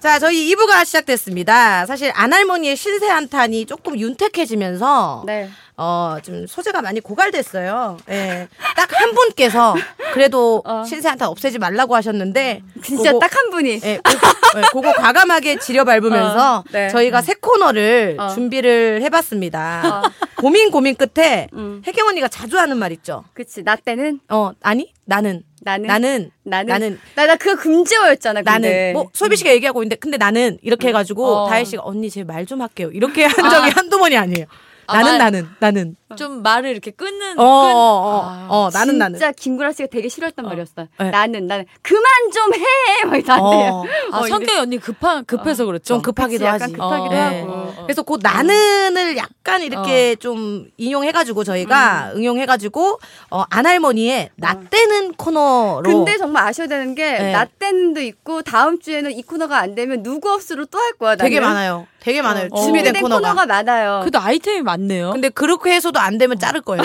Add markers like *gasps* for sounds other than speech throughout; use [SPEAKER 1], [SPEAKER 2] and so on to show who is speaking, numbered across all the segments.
[SPEAKER 1] 자, 저희 2부가 시작됐습니다. 사실 안할머니의 신세 한탄이 조금 윤택해지면서
[SPEAKER 2] 네.
[SPEAKER 1] 어, 좀 소재가 많이 고갈됐어요. 예. 딱 한 분께서 그래도
[SPEAKER 2] 어. 음.
[SPEAKER 1] 신세 한탄 없애지 말라고 하셨는데
[SPEAKER 2] 진짜
[SPEAKER 1] 그거-
[SPEAKER 2] 딱 한 분이.
[SPEAKER 1] 예, 그거, 예, 그거 과감하게 지려밟으면서
[SPEAKER 2] 어, 네.
[SPEAKER 1] 저희가 새 코너를
[SPEAKER 2] 어.
[SPEAKER 1] 준비를 해봤습니다. 고민 고민 끝에
[SPEAKER 2] 음.
[SPEAKER 1] 혜경 언니가 자주 하는 말 있죠.
[SPEAKER 2] 그치. 나 때는
[SPEAKER 1] 어 아니 나는
[SPEAKER 2] 나는
[SPEAKER 1] 나는
[SPEAKER 2] 나는
[SPEAKER 1] 나는
[SPEAKER 2] 나, 나 그거 금지어였잖아.
[SPEAKER 1] 나는
[SPEAKER 2] 근데. 음.
[SPEAKER 1] 뭐 소비 씨가 얘기하고 있는데 근데 나는 이렇게 해가지고
[SPEAKER 3] 어.
[SPEAKER 1] 다혜 씨가 언니 제 말 좀 할게요 이렇게
[SPEAKER 2] 아.
[SPEAKER 1] 한 적이 한두 번이 아니에요.
[SPEAKER 3] 아,
[SPEAKER 1] 나는
[SPEAKER 3] 말-
[SPEAKER 1] 나는 나는
[SPEAKER 3] 좀 말을 이렇게 끊는
[SPEAKER 1] 어어어 어,
[SPEAKER 3] 아,
[SPEAKER 1] 어, 나는 나는
[SPEAKER 2] 진짜 김구라 씨가 되게 싫어했던 말이었어.
[SPEAKER 1] 네.
[SPEAKER 2] 나는 나는 그만 좀 해. 막 이러는데.
[SPEAKER 1] 어,
[SPEAKER 3] 아,
[SPEAKER 2] *laughs* 어,
[SPEAKER 3] 성격이 언니 급하, 급해서 그렇죠.
[SPEAKER 1] 좀 급하기도
[SPEAKER 2] 약간
[SPEAKER 1] 하지.
[SPEAKER 2] 급하기도
[SPEAKER 1] 어,
[SPEAKER 2] 하고.
[SPEAKER 3] 어, 어.
[SPEAKER 1] 그래서 그 나는을 약간
[SPEAKER 2] 어.
[SPEAKER 1] 이렇게 좀 인용해가지고
[SPEAKER 2] 음.
[SPEAKER 1] 저희가 응용해가지고 어, 안할머니의 나 때는 코너로
[SPEAKER 2] 근데 정말 아셔야 되는 게
[SPEAKER 1] 네.
[SPEAKER 2] 나 때는도 있고 다음 주에는 이 코너가 안 되면 누구 업소로 또 할 거야. 나는.
[SPEAKER 1] 되게 많아요. 되게 많아요.
[SPEAKER 2] 어.
[SPEAKER 1] 준비된
[SPEAKER 2] 준비된
[SPEAKER 1] 코너가.
[SPEAKER 2] 코너가 많아요.
[SPEAKER 3] 그래도 아이템이 많네요.
[SPEAKER 1] 근데 그렇게 해서도 안 되면 자를 거예요.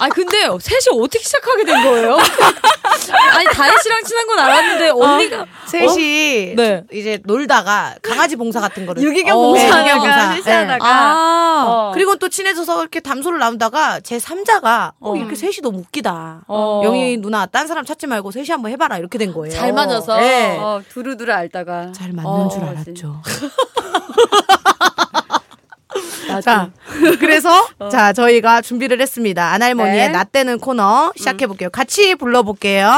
[SPEAKER 3] 아 근데 셋이 어떻게 시작하게 된 거예요? *laughs* 어. 아니 다혜 씨랑 친한 건 알았는데 언니가
[SPEAKER 1] 셋이
[SPEAKER 3] 네.
[SPEAKER 1] 이제 놀다가 강아지 봉사 같은 거를
[SPEAKER 2] 어? 유기견
[SPEAKER 1] 어, 유기견
[SPEAKER 2] 봉사가
[SPEAKER 1] 봉사. 예.
[SPEAKER 2] 실시하다가
[SPEAKER 3] 아.
[SPEAKER 2] 어.
[SPEAKER 1] 그리고 또 친해져서 이렇게 담소를 나누다가 제 3자가 어,
[SPEAKER 3] 어.
[SPEAKER 1] 이렇게 셋이 너무 웃기다.
[SPEAKER 3] 어.
[SPEAKER 1] 영희 누나 딴 사람 찾지 말고 셋이 한번 해봐라 이렇게 된 거예요.
[SPEAKER 3] 잘 맞아서.
[SPEAKER 1] 예.
[SPEAKER 2] 어, 두루두루 알다가
[SPEAKER 1] 잘 맞는
[SPEAKER 3] 어,
[SPEAKER 1] 줄 알았죠.
[SPEAKER 2] 맞아.
[SPEAKER 1] *laughs* 자, 그래서 자 저희가 준비를 했습니다. 안할머니의
[SPEAKER 2] 어. 네. 음.
[SPEAKER 1] 나 때는 코너 시작해 볼게요. 같이 불러볼게요.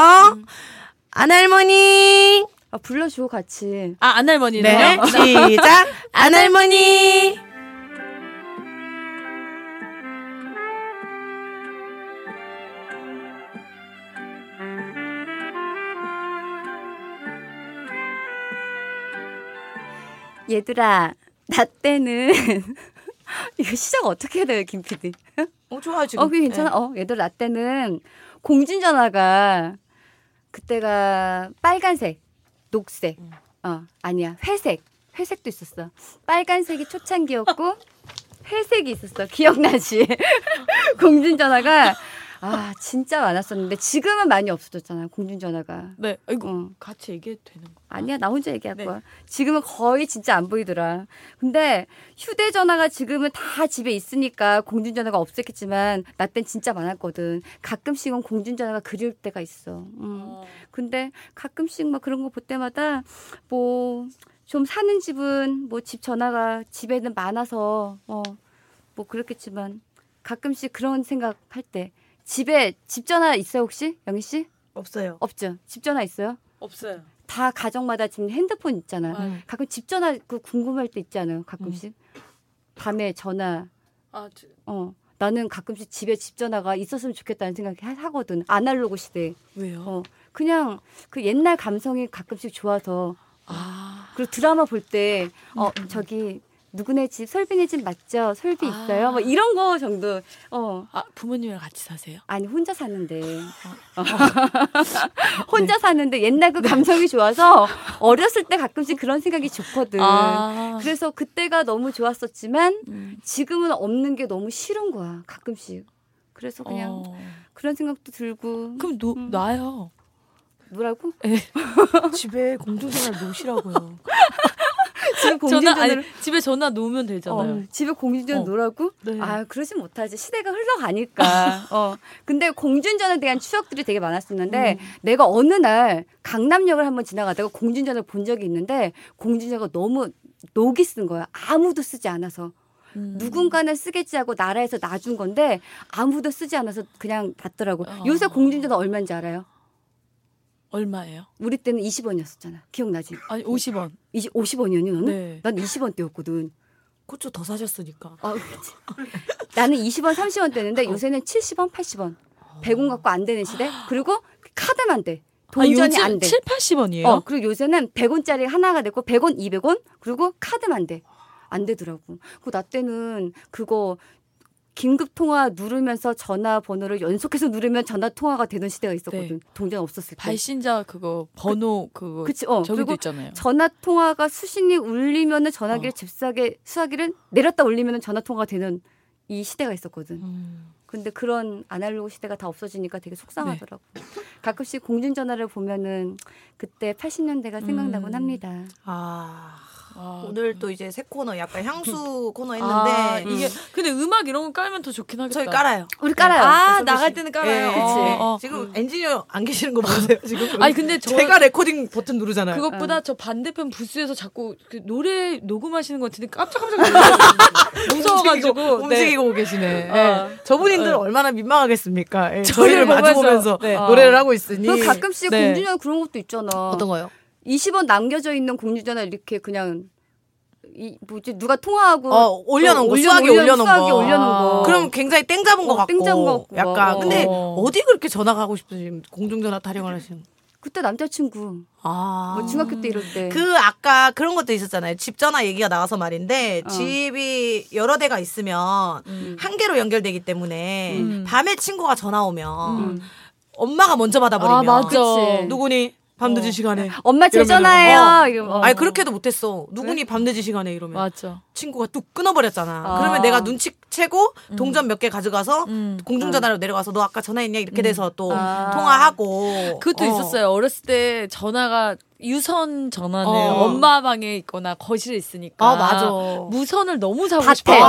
[SPEAKER 1] 안할머니.
[SPEAKER 2] 아, 불러주고 같이.
[SPEAKER 3] 아 안할머니네요.
[SPEAKER 1] 네, 시작. 안할머니.
[SPEAKER 2] 얘들아, 나 때는 *laughs* 이거 시작 어떻게 해야 돼요, 김 PD?
[SPEAKER 1] 어 좋아요 지금.
[SPEAKER 2] 어, 그게 괜찮아. 어, 얘들아, 나 때는 공진 전화가 그때가 빨간색, 녹색, 어 아니야 회색, 회색도 있었어. 빨간색이 초창기였고 *laughs* 회색이 있었어. 기억나지? *laughs* 공진 전화가 아 진짜 많았었는데 지금은 많이 없어졌잖아 공진 전화가. 어.
[SPEAKER 3] 네. 이거
[SPEAKER 2] 응.
[SPEAKER 3] 같이 얘기해도 되는 거.
[SPEAKER 2] 아니야 나 혼자 얘기할
[SPEAKER 3] 네.
[SPEAKER 2] 거야. 지금은 거의 진짜 안 보이더라. 근데 휴대전화가 지금은 다 집에 있으니까 공중전화가 없었겠지만 나 땐 진짜 많았거든. 가끔씩은 공중전화가 그리울 때가 있어. 음. 근데 가끔씩 막 그런 거 볼 때마다 뭐 좀 사는 집은 뭐 집 전화가 집에는 많아서 어뭐 그렇겠지만 가끔씩 그런 생각 할 때 집에 집 전화 있어요 혹시 영희 씨?
[SPEAKER 1] 없어요.
[SPEAKER 2] 없죠. 집 전화 있어요?
[SPEAKER 3] 없어요.
[SPEAKER 2] 다 가정마다 지금 핸드폰 있잖아. 음.
[SPEAKER 3] 음.
[SPEAKER 2] 가끔 집 전화 그 궁금할 때 있잖아요. 가끔씩 밤에 전화.
[SPEAKER 3] 아, 저-
[SPEAKER 2] 어 나는 가끔씩 집에 집 전화가 있었으면 좋겠다는 생각이 하- 하거든. 아날로그 시대.
[SPEAKER 3] 왜요?
[SPEAKER 2] 어 그냥 그 옛날 감성이 가끔씩 좋아서
[SPEAKER 3] 아.
[SPEAKER 2] 그리고 드라마 볼 때 어 저기 누구네 집 솔빈이 집 맞죠? 솔비
[SPEAKER 3] 아.
[SPEAKER 2] 있어요? 뭐 이런 거 정도. 어
[SPEAKER 3] 아, 부모님이랑 같이 사세요?
[SPEAKER 2] 아니 혼자 사는데
[SPEAKER 3] 아.
[SPEAKER 2] *laughs* 혼자 사는데 옛날
[SPEAKER 3] 네.
[SPEAKER 2] 그 감성이 좋아서 어렸을 때 가끔씩 그런 생각이 좋거든.
[SPEAKER 3] 아.
[SPEAKER 2] 그래서 그때가 너무 좋았었지만
[SPEAKER 3] 음.
[SPEAKER 2] 지금은 없는 게 너무 싫은 거야 가끔씩. 그래서 그냥
[SPEAKER 3] 어.
[SPEAKER 2] 그런 생각도 들고
[SPEAKER 3] 그럼 노,
[SPEAKER 2] 음.
[SPEAKER 3] 놔요. *laughs*
[SPEAKER 2] 뭐라고
[SPEAKER 1] 집에 공중생활 놓으시라고요.
[SPEAKER 2] 집에
[SPEAKER 3] 전화
[SPEAKER 2] 공중전화를
[SPEAKER 3] 아니 집에 전화 놓으면 되잖아요.
[SPEAKER 2] 어, 집에 공중전화
[SPEAKER 3] 어.
[SPEAKER 2] 놀라고?
[SPEAKER 3] 네. 아.
[SPEAKER 2] 아 그러진 못하지 시대가 흘러가니까. 어 근데 공중전에 대한 추억들이 되게
[SPEAKER 3] 음.
[SPEAKER 2] 많았었는데 내가 어느 날 강남역을 한번 지나가다가 공중전을 본 적이 있는데 공중전가 너무 녹이 쓴 거야. 아무도 쓰지 않아서.
[SPEAKER 3] 음.
[SPEAKER 2] 누군가는 쓰겠지 하고 나라에서 놔준 건데 아무도 쓰지 않아서 그냥 놨더라고.
[SPEAKER 3] 어.
[SPEAKER 2] 요새 공중전화 얼마인지 알아요?
[SPEAKER 3] 얼마예요?
[SPEAKER 2] 우리 때는 20원이었었잖아. 기억나지?
[SPEAKER 3] 아니 50원.
[SPEAKER 2] 이제 50원이었니 너는?
[SPEAKER 3] 네.
[SPEAKER 2] 난 20원대였거든.
[SPEAKER 1] 고추 더 사셨으니까.
[SPEAKER 2] 아, 그치. 나는 20원, 30원 되는데
[SPEAKER 3] 어.
[SPEAKER 2] 요새는 70원, 80원. 100원 갖고 안 되는 시대. 그리고 카드만 돼. 동전이
[SPEAKER 3] 아, 요즘
[SPEAKER 2] 안 돼.
[SPEAKER 3] 7, 80원이에요?
[SPEAKER 2] 어, 그리고 요새는 100원짜리 하나가 됐고 100원, 200원 그리고 카드만 돼. 안 되더라고. 그 나 때는 그거 긴급 통화 누르면서 전화 번호를 연속해서 누르면 전화 통화가 되는 시대가 있었거든. 동전 없었을 때.
[SPEAKER 3] 네. 발신자 그거 번호 그거
[SPEAKER 2] 그치 어.
[SPEAKER 3] 저기도
[SPEAKER 2] 그리고
[SPEAKER 3] 있잖아요.
[SPEAKER 2] 전화 통화가 수신이 울리면은
[SPEAKER 1] 어.
[SPEAKER 2] 전화기를 잽싸게 수화기를 내렸다 올리면은 전화 통화가 되는 이 시대가 있었거든.
[SPEAKER 3] 음.
[SPEAKER 2] 근데 그런 아날로그 시대가 다 없어지니까 되게 속상하더라고.
[SPEAKER 1] 네.
[SPEAKER 2] 요 가끔씩 공중전화를 보면은 그때 80년대가
[SPEAKER 1] 음.
[SPEAKER 2] 생각나곤 합니다.
[SPEAKER 1] 아. 음.
[SPEAKER 3] 아,
[SPEAKER 1] 오늘 또 이제 새 코너 약간 향수 코너 했는데
[SPEAKER 3] 아, 이게 근데 음악 이런 거 깔면 더 좋긴 하겠다.
[SPEAKER 1] 저희 깔아요.
[SPEAKER 2] 우리 네. 깔아요.
[SPEAKER 3] 아,
[SPEAKER 1] 서비
[SPEAKER 3] 나갈
[SPEAKER 1] 씨.
[SPEAKER 3] 때는 깔아요.
[SPEAKER 1] 예,
[SPEAKER 3] 어,
[SPEAKER 1] 그치.
[SPEAKER 3] 어.
[SPEAKER 1] 지금 엔지니어 안 계시는 거 보세요, 지금.
[SPEAKER 3] 아니, 근데 저-
[SPEAKER 1] 제가 레코딩 버튼 누르잖아요.
[SPEAKER 3] 그것보다 저 반대편 부스에서 자꾸 그 노래 녹음하시는 것 같은데 깜짝깜짝 놀랐어요. 무서워가지고.
[SPEAKER 1] 움직이고,
[SPEAKER 3] 네.
[SPEAKER 1] 움직이고 오 계시네.
[SPEAKER 3] 어.
[SPEAKER 1] 예. 저분인들
[SPEAKER 3] 어.
[SPEAKER 1] 얼마나 민망하겠습니까? 예, 저희를
[SPEAKER 3] 보면서,
[SPEAKER 1] 마주보면서
[SPEAKER 3] 네.
[SPEAKER 1] 노래를 하고 있으니.
[SPEAKER 2] 그리고 가끔씩
[SPEAKER 1] 네.
[SPEAKER 2] 공중전화 그런 것도 있잖아.
[SPEAKER 1] 거요?
[SPEAKER 2] 20원 남겨져 있는 공중전화 이렇게 그냥 이 뭐지 누가 통화하고
[SPEAKER 1] 어, 올려놓은 거,
[SPEAKER 2] 올려-
[SPEAKER 1] 수화기에
[SPEAKER 2] 올려-
[SPEAKER 1] 올려놓은
[SPEAKER 2] 수화기에
[SPEAKER 1] 거.
[SPEAKER 2] 올려놓은 거.
[SPEAKER 3] 어.
[SPEAKER 1] 그럼 굉장히 땡 잡은 것
[SPEAKER 2] 어,
[SPEAKER 1] 같고.
[SPEAKER 2] 땡 잡은 것 같고,
[SPEAKER 1] 약간.
[SPEAKER 2] 어.
[SPEAKER 1] 근데
[SPEAKER 3] 어.
[SPEAKER 1] 어디 그렇게 전화가 하고 싶으신 공중전화 타령을 하시는
[SPEAKER 2] 그때 남자친구
[SPEAKER 1] 아.
[SPEAKER 2] 뭐 중학교 때 이럴 때
[SPEAKER 1] 그 아까 그런 것도 있었잖아요. 집 전화 얘기가 나와서 말인데
[SPEAKER 2] 어.
[SPEAKER 1] 집이 여러 대가 있으면 한 개로 연결되기 때문에
[SPEAKER 3] 음.
[SPEAKER 1] 밤에 친구가 전화 오면
[SPEAKER 3] 음.
[SPEAKER 1] 엄마가 먼저
[SPEAKER 3] 아,
[SPEAKER 1] 받아버리면
[SPEAKER 3] 맞아.
[SPEAKER 2] 그치.
[SPEAKER 1] 누구니 밤 늦은
[SPEAKER 3] 어.
[SPEAKER 1] 시간에
[SPEAKER 2] 엄마 제
[SPEAKER 1] 이러면은,
[SPEAKER 2] 전화예요. 뭐.
[SPEAKER 1] 어.
[SPEAKER 2] 이러면.
[SPEAKER 1] 아니 그렇게도 못했어. 누구니 밤 늦은 시간에 이러면
[SPEAKER 3] 네? 맞아.
[SPEAKER 1] 친구가 뚝 끊어버렸잖아.
[SPEAKER 2] 아.
[SPEAKER 1] 그러면 내가 눈치 채고 동전 몇 개 가져가서
[SPEAKER 3] 음.
[SPEAKER 1] 공중전화로 내려가서 너 아까 전화했냐 이렇게 돼서 또
[SPEAKER 2] 아.
[SPEAKER 1] 통화하고
[SPEAKER 3] 그것도
[SPEAKER 1] 어.
[SPEAKER 3] 있었어요. 어렸을 때 전화가 유선 전화는
[SPEAKER 1] 어.
[SPEAKER 3] 엄마 방에 있거나 거실에 있으니까.
[SPEAKER 1] 아, 맞아.
[SPEAKER 3] 무선을 너무 사고
[SPEAKER 2] 밭에.
[SPEAKER 3] 싶어가지고.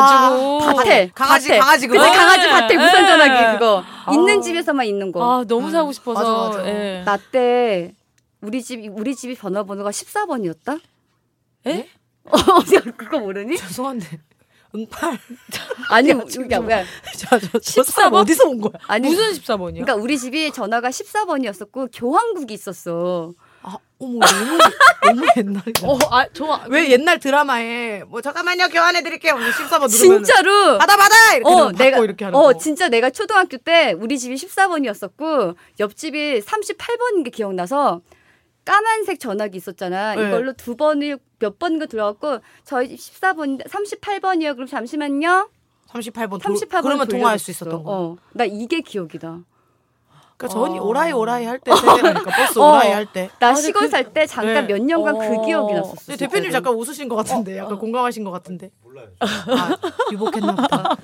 [SPEAKER 2] 아, 밭에
[SPEAKER 1] 강아지,
[SPEAKER 2] 밭에.
[SPEAKER 1] 강아지 그거.
[SPEAKER 2] 그치, 강아지 밭에 무선
[SPEAKER 3] 예.
[SPEAKER 2] 전화기 그거 있는 집에서만 있는 거.
[SPEAKER 3] 아, 너무 사고 싶어서.
[SPEAKER 1] 음. 맞아, 맞아.
[SPEAKER 2] 네.
[SPEAKER 3] 예.
[SPEAKER 2] 나 때 우리 집 우리 집이 전화번호가 14번이었다. 네?
[SPEAKER 3] 예?
[SPEAKER 2] *laughs* 어, 그거 모르니?
[SPEAKER 1] *laughs* 죄송한데 은팔
[SPEAKER 2] 아니 야, 야,
[SPEAKER 1] 저, 저, 저
[SPEAKER 3] 14
[SPEAKER 1] 사람
[SPEAKER 3] 번?
[SPEAKER 1] 어디서 온 거야?
[SPEAKER 2] 아니
[SPEAKER 3] 무슨 14번이요?
[SPEAKER 2] 그러니까 우리 집이 전화가 14번이었었고 교환국이 있었어.
[SPEAKER 1] 아, 어머 너무 너무 옛날이다.
[SPEAKER 3] 어, 아, 저,
[SPEAKER 1] *laughs* 왜 옛날 드라마에 뭐 잠깐만요 교환해 드릴게요. 14번 누르면
[SPEAKER 2] 진짜로.
[SPEAKER 1] 받아 받아 이렇게
[SPEAKER 2] 어,
[SPEAKER 1] 어, 받고
[SPEAKER 2] 내가
[SPEAKER 1] 이렇게 하는
[SPEAKER 2] 어,
[SPEAKER 1] 거.
[SPEAKER 2] 진짜 내가 초등학교 때 우리 집이 14번이었었고 옆집이 38번인 게 기억나서 까만색 전화기 있었잖아.
[SPEAKER 1] 네.
[SPEAKER 2] 이걸로 두 번을 몇 번인가 들어갔고 저희 집 14번 38번이요. 그럼 잠시만요.
[SPEAKER 1] 38번.
[SPEAKER 2] 38번
[SPEAKER 1] 어, 그러면 통화할 수 있었던 거.
[SPEAKER 2] 어. 나 이게 기억이 나.
[SPEAKER 1] 그러니까 전이
[SPEAKER 3] 어.
[SPEAKER 1] 오라이 오라이 할 때 생각하니까 버스 오라이 할 때.
[SPEAKER 2] 나
[SPEAKER 3] 아, 근데
[SPEAKER 2] 시골
[SPEAKER 3] 그-
[SPEAKER 2] 살 때 잠깐
[SPEAKER 1] 네.
[SPEAKER 2] 몇 년간
[SPEAKER 3] 어.
[SPEAKER 2] 그 기억이 났었어.
[SPEAKER 1] 근데
[SPEAKER 2] 네.
[SPEAKER 1] 대표님 잠깐 웃으신 것 같은데 약간 공감하신 것 같은데. 몰라요. 아, 유복했나 보다.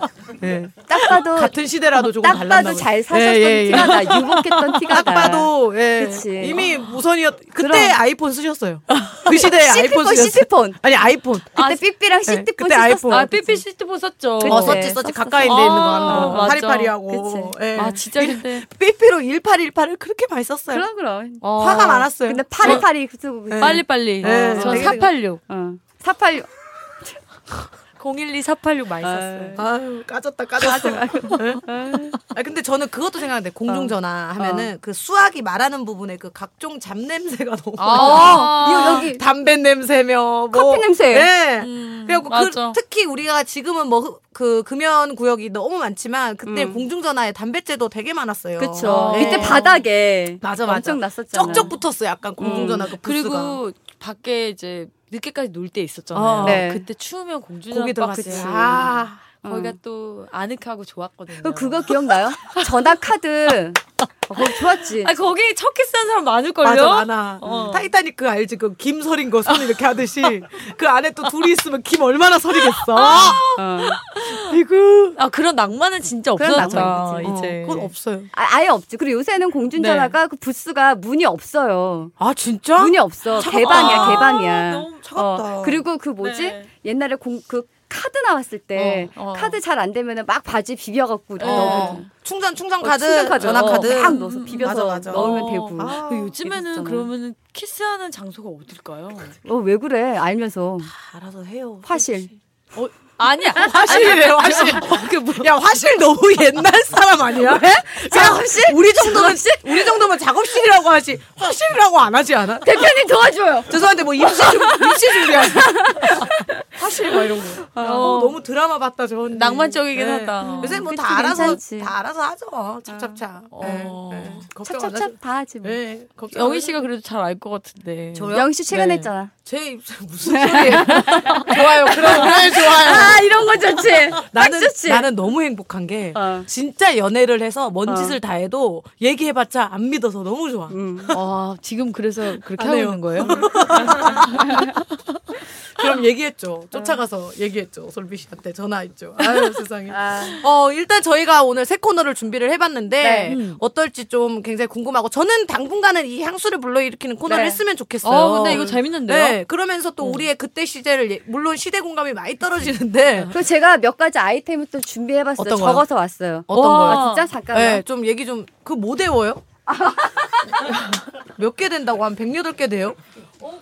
[SPEAKER 1] 네.
[SPEAKER 2] 딱 봐도
[SPEAKER 1] 같은 시대라도 조금
[SPEAKER 2] 어, 딱
[SPEAKER 1] 달랐나
[SPEAKER 2] 봐도
[SPEAKER 1] 보다.
[SPEAKER 2] 잘 사셨던
[SPEAKER 1] 예, 예, 예.
[SPEAKER 2] 티가 나. 유복했던 티가
[SPEAKER 1] *laughs*
[SPEAKER 2] 나.
[SPEAKER 1] 딱 봐도 예.
[SPEAKER 2] 그치. 어.
[SPEAKER 1] 이미 무선이었 그때
[SPEAKER 2] 그럼.
[SPEAKER 1] 아이폰 쓰셨어요. 그 시대에 아이폰
[SPEAKER 2] *laughs* 시트폰
[SPEAKER 1] 쓰셨어요.
[SPEAKER 2] 시트폰.
[SPEAKER 1] 아니 아이폰.
[SPEAKER 2] 그때 삐삐랑
[SPEAKER 1] 네,
[SPEAKER 2] 시트폰
[SPEAKER 1] 그때
[SPEAKER 2] 씻었어.
[SPEAKER 1] 아이폰.
[SPEAKER 3] 아, 삐삐 시트폰 썼죠.
[SPEAKER 2] 그치.
[SPEAKER 1] 어, 썼지, 썼지. 가까이 있는 데 있는 거 하는
[SPEAKER 3] 아,
[SPEAKER 1] 거.
[SPEAKER 3] 맞아.
[SPEAKER 1] 파리파리하고.
[SPEAKER 2] 어, 그치.
[SPEAKER 1] 예.
[SPEAKER 3] 아, 진짜 근데.
[SPEAKER 1] 삐삐로 1818을 그렇게 많이 썼어요.
[SPEAKER 2] 그럼 그럼.
[SPEAKER 3] 어.
[SPEAKER 1] *laughs* 화가 많았어요.
[SPEAKER 2] 네. 근데 파리파리 쓰고 그-
[SPEAKER 1] 네.
[SPEAKER 3] 빨리빨리.
[SPEAKER 1] 네.
[SPEAKER 3] 전
[SPEAKER 1] 되게
[SPEAKER 3] 486.
[SPEAKER 2] 어. 486.
[SPEAKER 3] 012, 486 많이 썼어요.
[SPEAKER 1] 아유, 까졌다, 까졌어. 예? 아, 근데 저는 그것도 생각나는데, 공중전화
[SPEAKER 2] 어.
[SPEAKER 1] 하면은 그 수학이 말하는 부분에 그 각종 잡냄새가 너무.
[SPEAKER 2] 아. 여기
[SPEAKER 1] 담배 냄새며 뭐
[SPEAKER 2] 커피 냄새.
[SPEAKER 1] 네.
[SPEAKER 3] 음,
[SPEAKER 1] 그리고 그,
[SPEAKER 3] 맞아.
[SPEAKER 1] 특히 우리가 지금은 뭐 그 금연 구역이 너무 많지만 그때 공중전화에 담뱃재도 되게 많았어요.
[SPEAKER 2] 음. 그쵸.
[SPEAKER 3] 네.
[SPEAKER 2] 밑에 바닥에
[SPEAKER 1] 맞아, 맞아.
[SPEAKER 2] 엄청 음. 났었잖아.
[SPEAKER 1] 쩍쩍 붙었어요. 약간 공중전화 그 부스가.
[SPEAKER 3] 그리고 밖에 이제 늦게까지 놀 때 있었잖아요.
[SPEAKER 1] 어.
[SPEAKER 2] 네.
[SPEAKER 3] 그때 추우면 공주전
[SPEAKER 1] 고기
[SPEAKER 3] 박스.
[SPEAKER 1] 들어갔어요. 아.
[SPEAKER 3] 거기가 또 아늑하고 좋았거든요.
[SPEAKER 2] 그- 그거 기억나요? *laughs* 전화 카드. 어, 그거 좋았지.
[SPEAKER 3] 아 거기 첫 키스한 사람 많을걸요?
[SPEAKER 1] 맞아 많아.
[SPEAKER 3] 어.
[SPEAKER 1] 타이타닉 그 알지 그 김 서린 거 손 이렇게 하듯이 *laughs* 그 안에 또 둘이 있으면 김 얼마나 서리겠어.
[SPEAKER 2] 어.
[SPEAKER 1] 아이고.
[SPEAKER 3] 아, 그런 낭만은 진짜
[SPEAKER 2] 그런
[SPEAKER 3] 없었죠.
[SPEAKER 2] 낭만이
[SPEAKER 3] 이제.
[SPEAKER 1] 어, 그건 없어요.
[SPEAKER 2] 아, 아예 없지. 그리고 요새는 공중전화가 그 부스가 문이 없어요. 아,
[SPEAKER 1] 아 진짜?
[SPEAKER 2] 문이 없어. 개방이야, 개방이야.
[SPEAKER 1] 너무 차갑다.
[SPEAKER 2] 그리고 그 뭐지?
[SPEAKER 3] 네.
[SPEAKER 2] 옛날에 공, 그 카드 나왔을 때
[SPEAKER 3] 어, 어.
[SPEAKER 2] 카드 잘 안 되면은 막 바지 비벼갖고
[SPEAKER 3] 어.
[SPEAKER 2] 넣어.
[SPEAKER 1] 충전 충전 카드,
[SPEAKER 2] 충전 카드.
[SPEAKER 1] 전화 카드 음,
[SPEAKER 2] 어, 막 넣어서 비벼서
[SPEAKER 1] 맞아, 맞아.
[SPEAKER 2] 넣으면
[SPEAKER 3] 어.
[SPEAKER 2] 되고.
[SPEAKER 1] 아,
[SPEAKER 3] 그 요즘에는
[SPEAKER 2] 이랬잖아.
[SPEAKER 3] 그러면은 키스하는 장소가 어딜까요?
[SPEAKER 2] 어, 왜 그래? 알면서.
[SPEAKER 1] 알아서 해요.
[SPEAKER 2] 화실.
[SPEAKER 3] 어, 아니야.
[SPEAKER 1] *laughs* 화실이래요, 어. 화실.
[SPEAKER 3] 그 뭐,
[SPEAKER 1] 야 화실 너무 옛날 사람 아니야? 작업실? 우리 정도면 우리 정도면 작업실이라고 하지 화실이라고 안 하지 않아?
[SPEAKER 2] 대표님 도와줘요!
[SPEAKER 1] 죄송한데 뭐 입시 준- 입시 준비하는 화실 막 이런 거. 어, 너무 드라마 봤다 저 언니.
[SPEAKER 3] 낭만적이긴 하다.
[SPEAKER 1] 요새 뭐
[SPEAKER 2] 그치,
[SPEAKER 1] 다 알아서
[SPEAKER 2] 괜찮지.
[SPEAKER 1] 다 알아서 하죠. 찹찹찹.
[SPEAKER 3] 어.
[SPEAKER 1] 네, 네. 걱정 안 하셔도-
[SPEAKER 2] 찹찹찹 다 하지 뭐.
[SPEAKER 1] 네, 걱정 안
[SPEAKER 3] 영희
[SPEAKER 1] 하셔도-
[SPEAKER 3] 씨가 그래도 잘 알 것 같은데.
[SPEAKER 1] 저요?
[SPEAKER 2] 영희 씨 최근에
[SPEAKER 3] 네.
[SPEAKER 2] 했잖아.
[SPEAKER 1] 제 입술 *laughs* 무슨 소리예요? 좋아요. 그럼 그래 좋아요.
[SPEAKER 2] 아, 이런 거 좋지.
[SPEAKER 1] 나는
[SPEAKER 2] 좋지.
[SPEAKER 1] 나는 너무 행복한 게
[SPEAKER 2] 어.
[SPEAKER 1] 진짜 연애를 해서 뭔
[SPEAKER 2] 어.
[SPEAKER 1] 짓을 다 해도 얘기해봤자 안 믿어서 너무 좋아.
[SPEAKER 2] 음.
[SPEAKER 3] 아, 지금 그래서 그렇게
[SPEAKER 1] *laughs* 안
[SPEAKER 3] 하고
[SPEAKER 1] 해요.
[SPEAKER 3] 있는 거예요?
[SPEAKER 1] 그럼 얘기했죠. 쫓아가서 얘기했죠. 솔비 씨한테 전화했죠. 아유 세상에.
[SPEAKER 2] 아,
[SPEAKER 1] 어 일단 저희가 오늘 새 코너를 준비를 해봤는데
[SPEAKER 2] 네.
[SPEAKER 1] 음. 어떨지 좀 굉장히 궁금하고 저는 당분간은 이 향수를 불러일으키는 코너를
[SPEAKER 2] 네.
[SPEAKER 1] 했으면 좋겠어요.
[SPEAKER 3] 어, 근데 이거 재밌는데요?
[SPEAKER 1] 네, 그러면서 또 우리의 그때 시대를 예- 물론 시대 공감이 많이 떨어지는데
[SPEAKER 2] 그리고 제가 몇 가지 아이템을 또 준비해봤어요.
[SPEAKER 1] 어떤 거요?
[SPEAKER 2] 적어서 왔어요.
[SPEAKER 1] 어떤
[SPEAKER 3] 와.
[SPEAKER 1] 거요?
[SPEAKER 2] 아, 진짜 잠깐만.
[SPEAKER 1] 네, 좀 얘기 좀 그 뭐 데워요? *laughs* 몇 개 된다고 한 108개 돼요?
[SPEAKER 2] 어,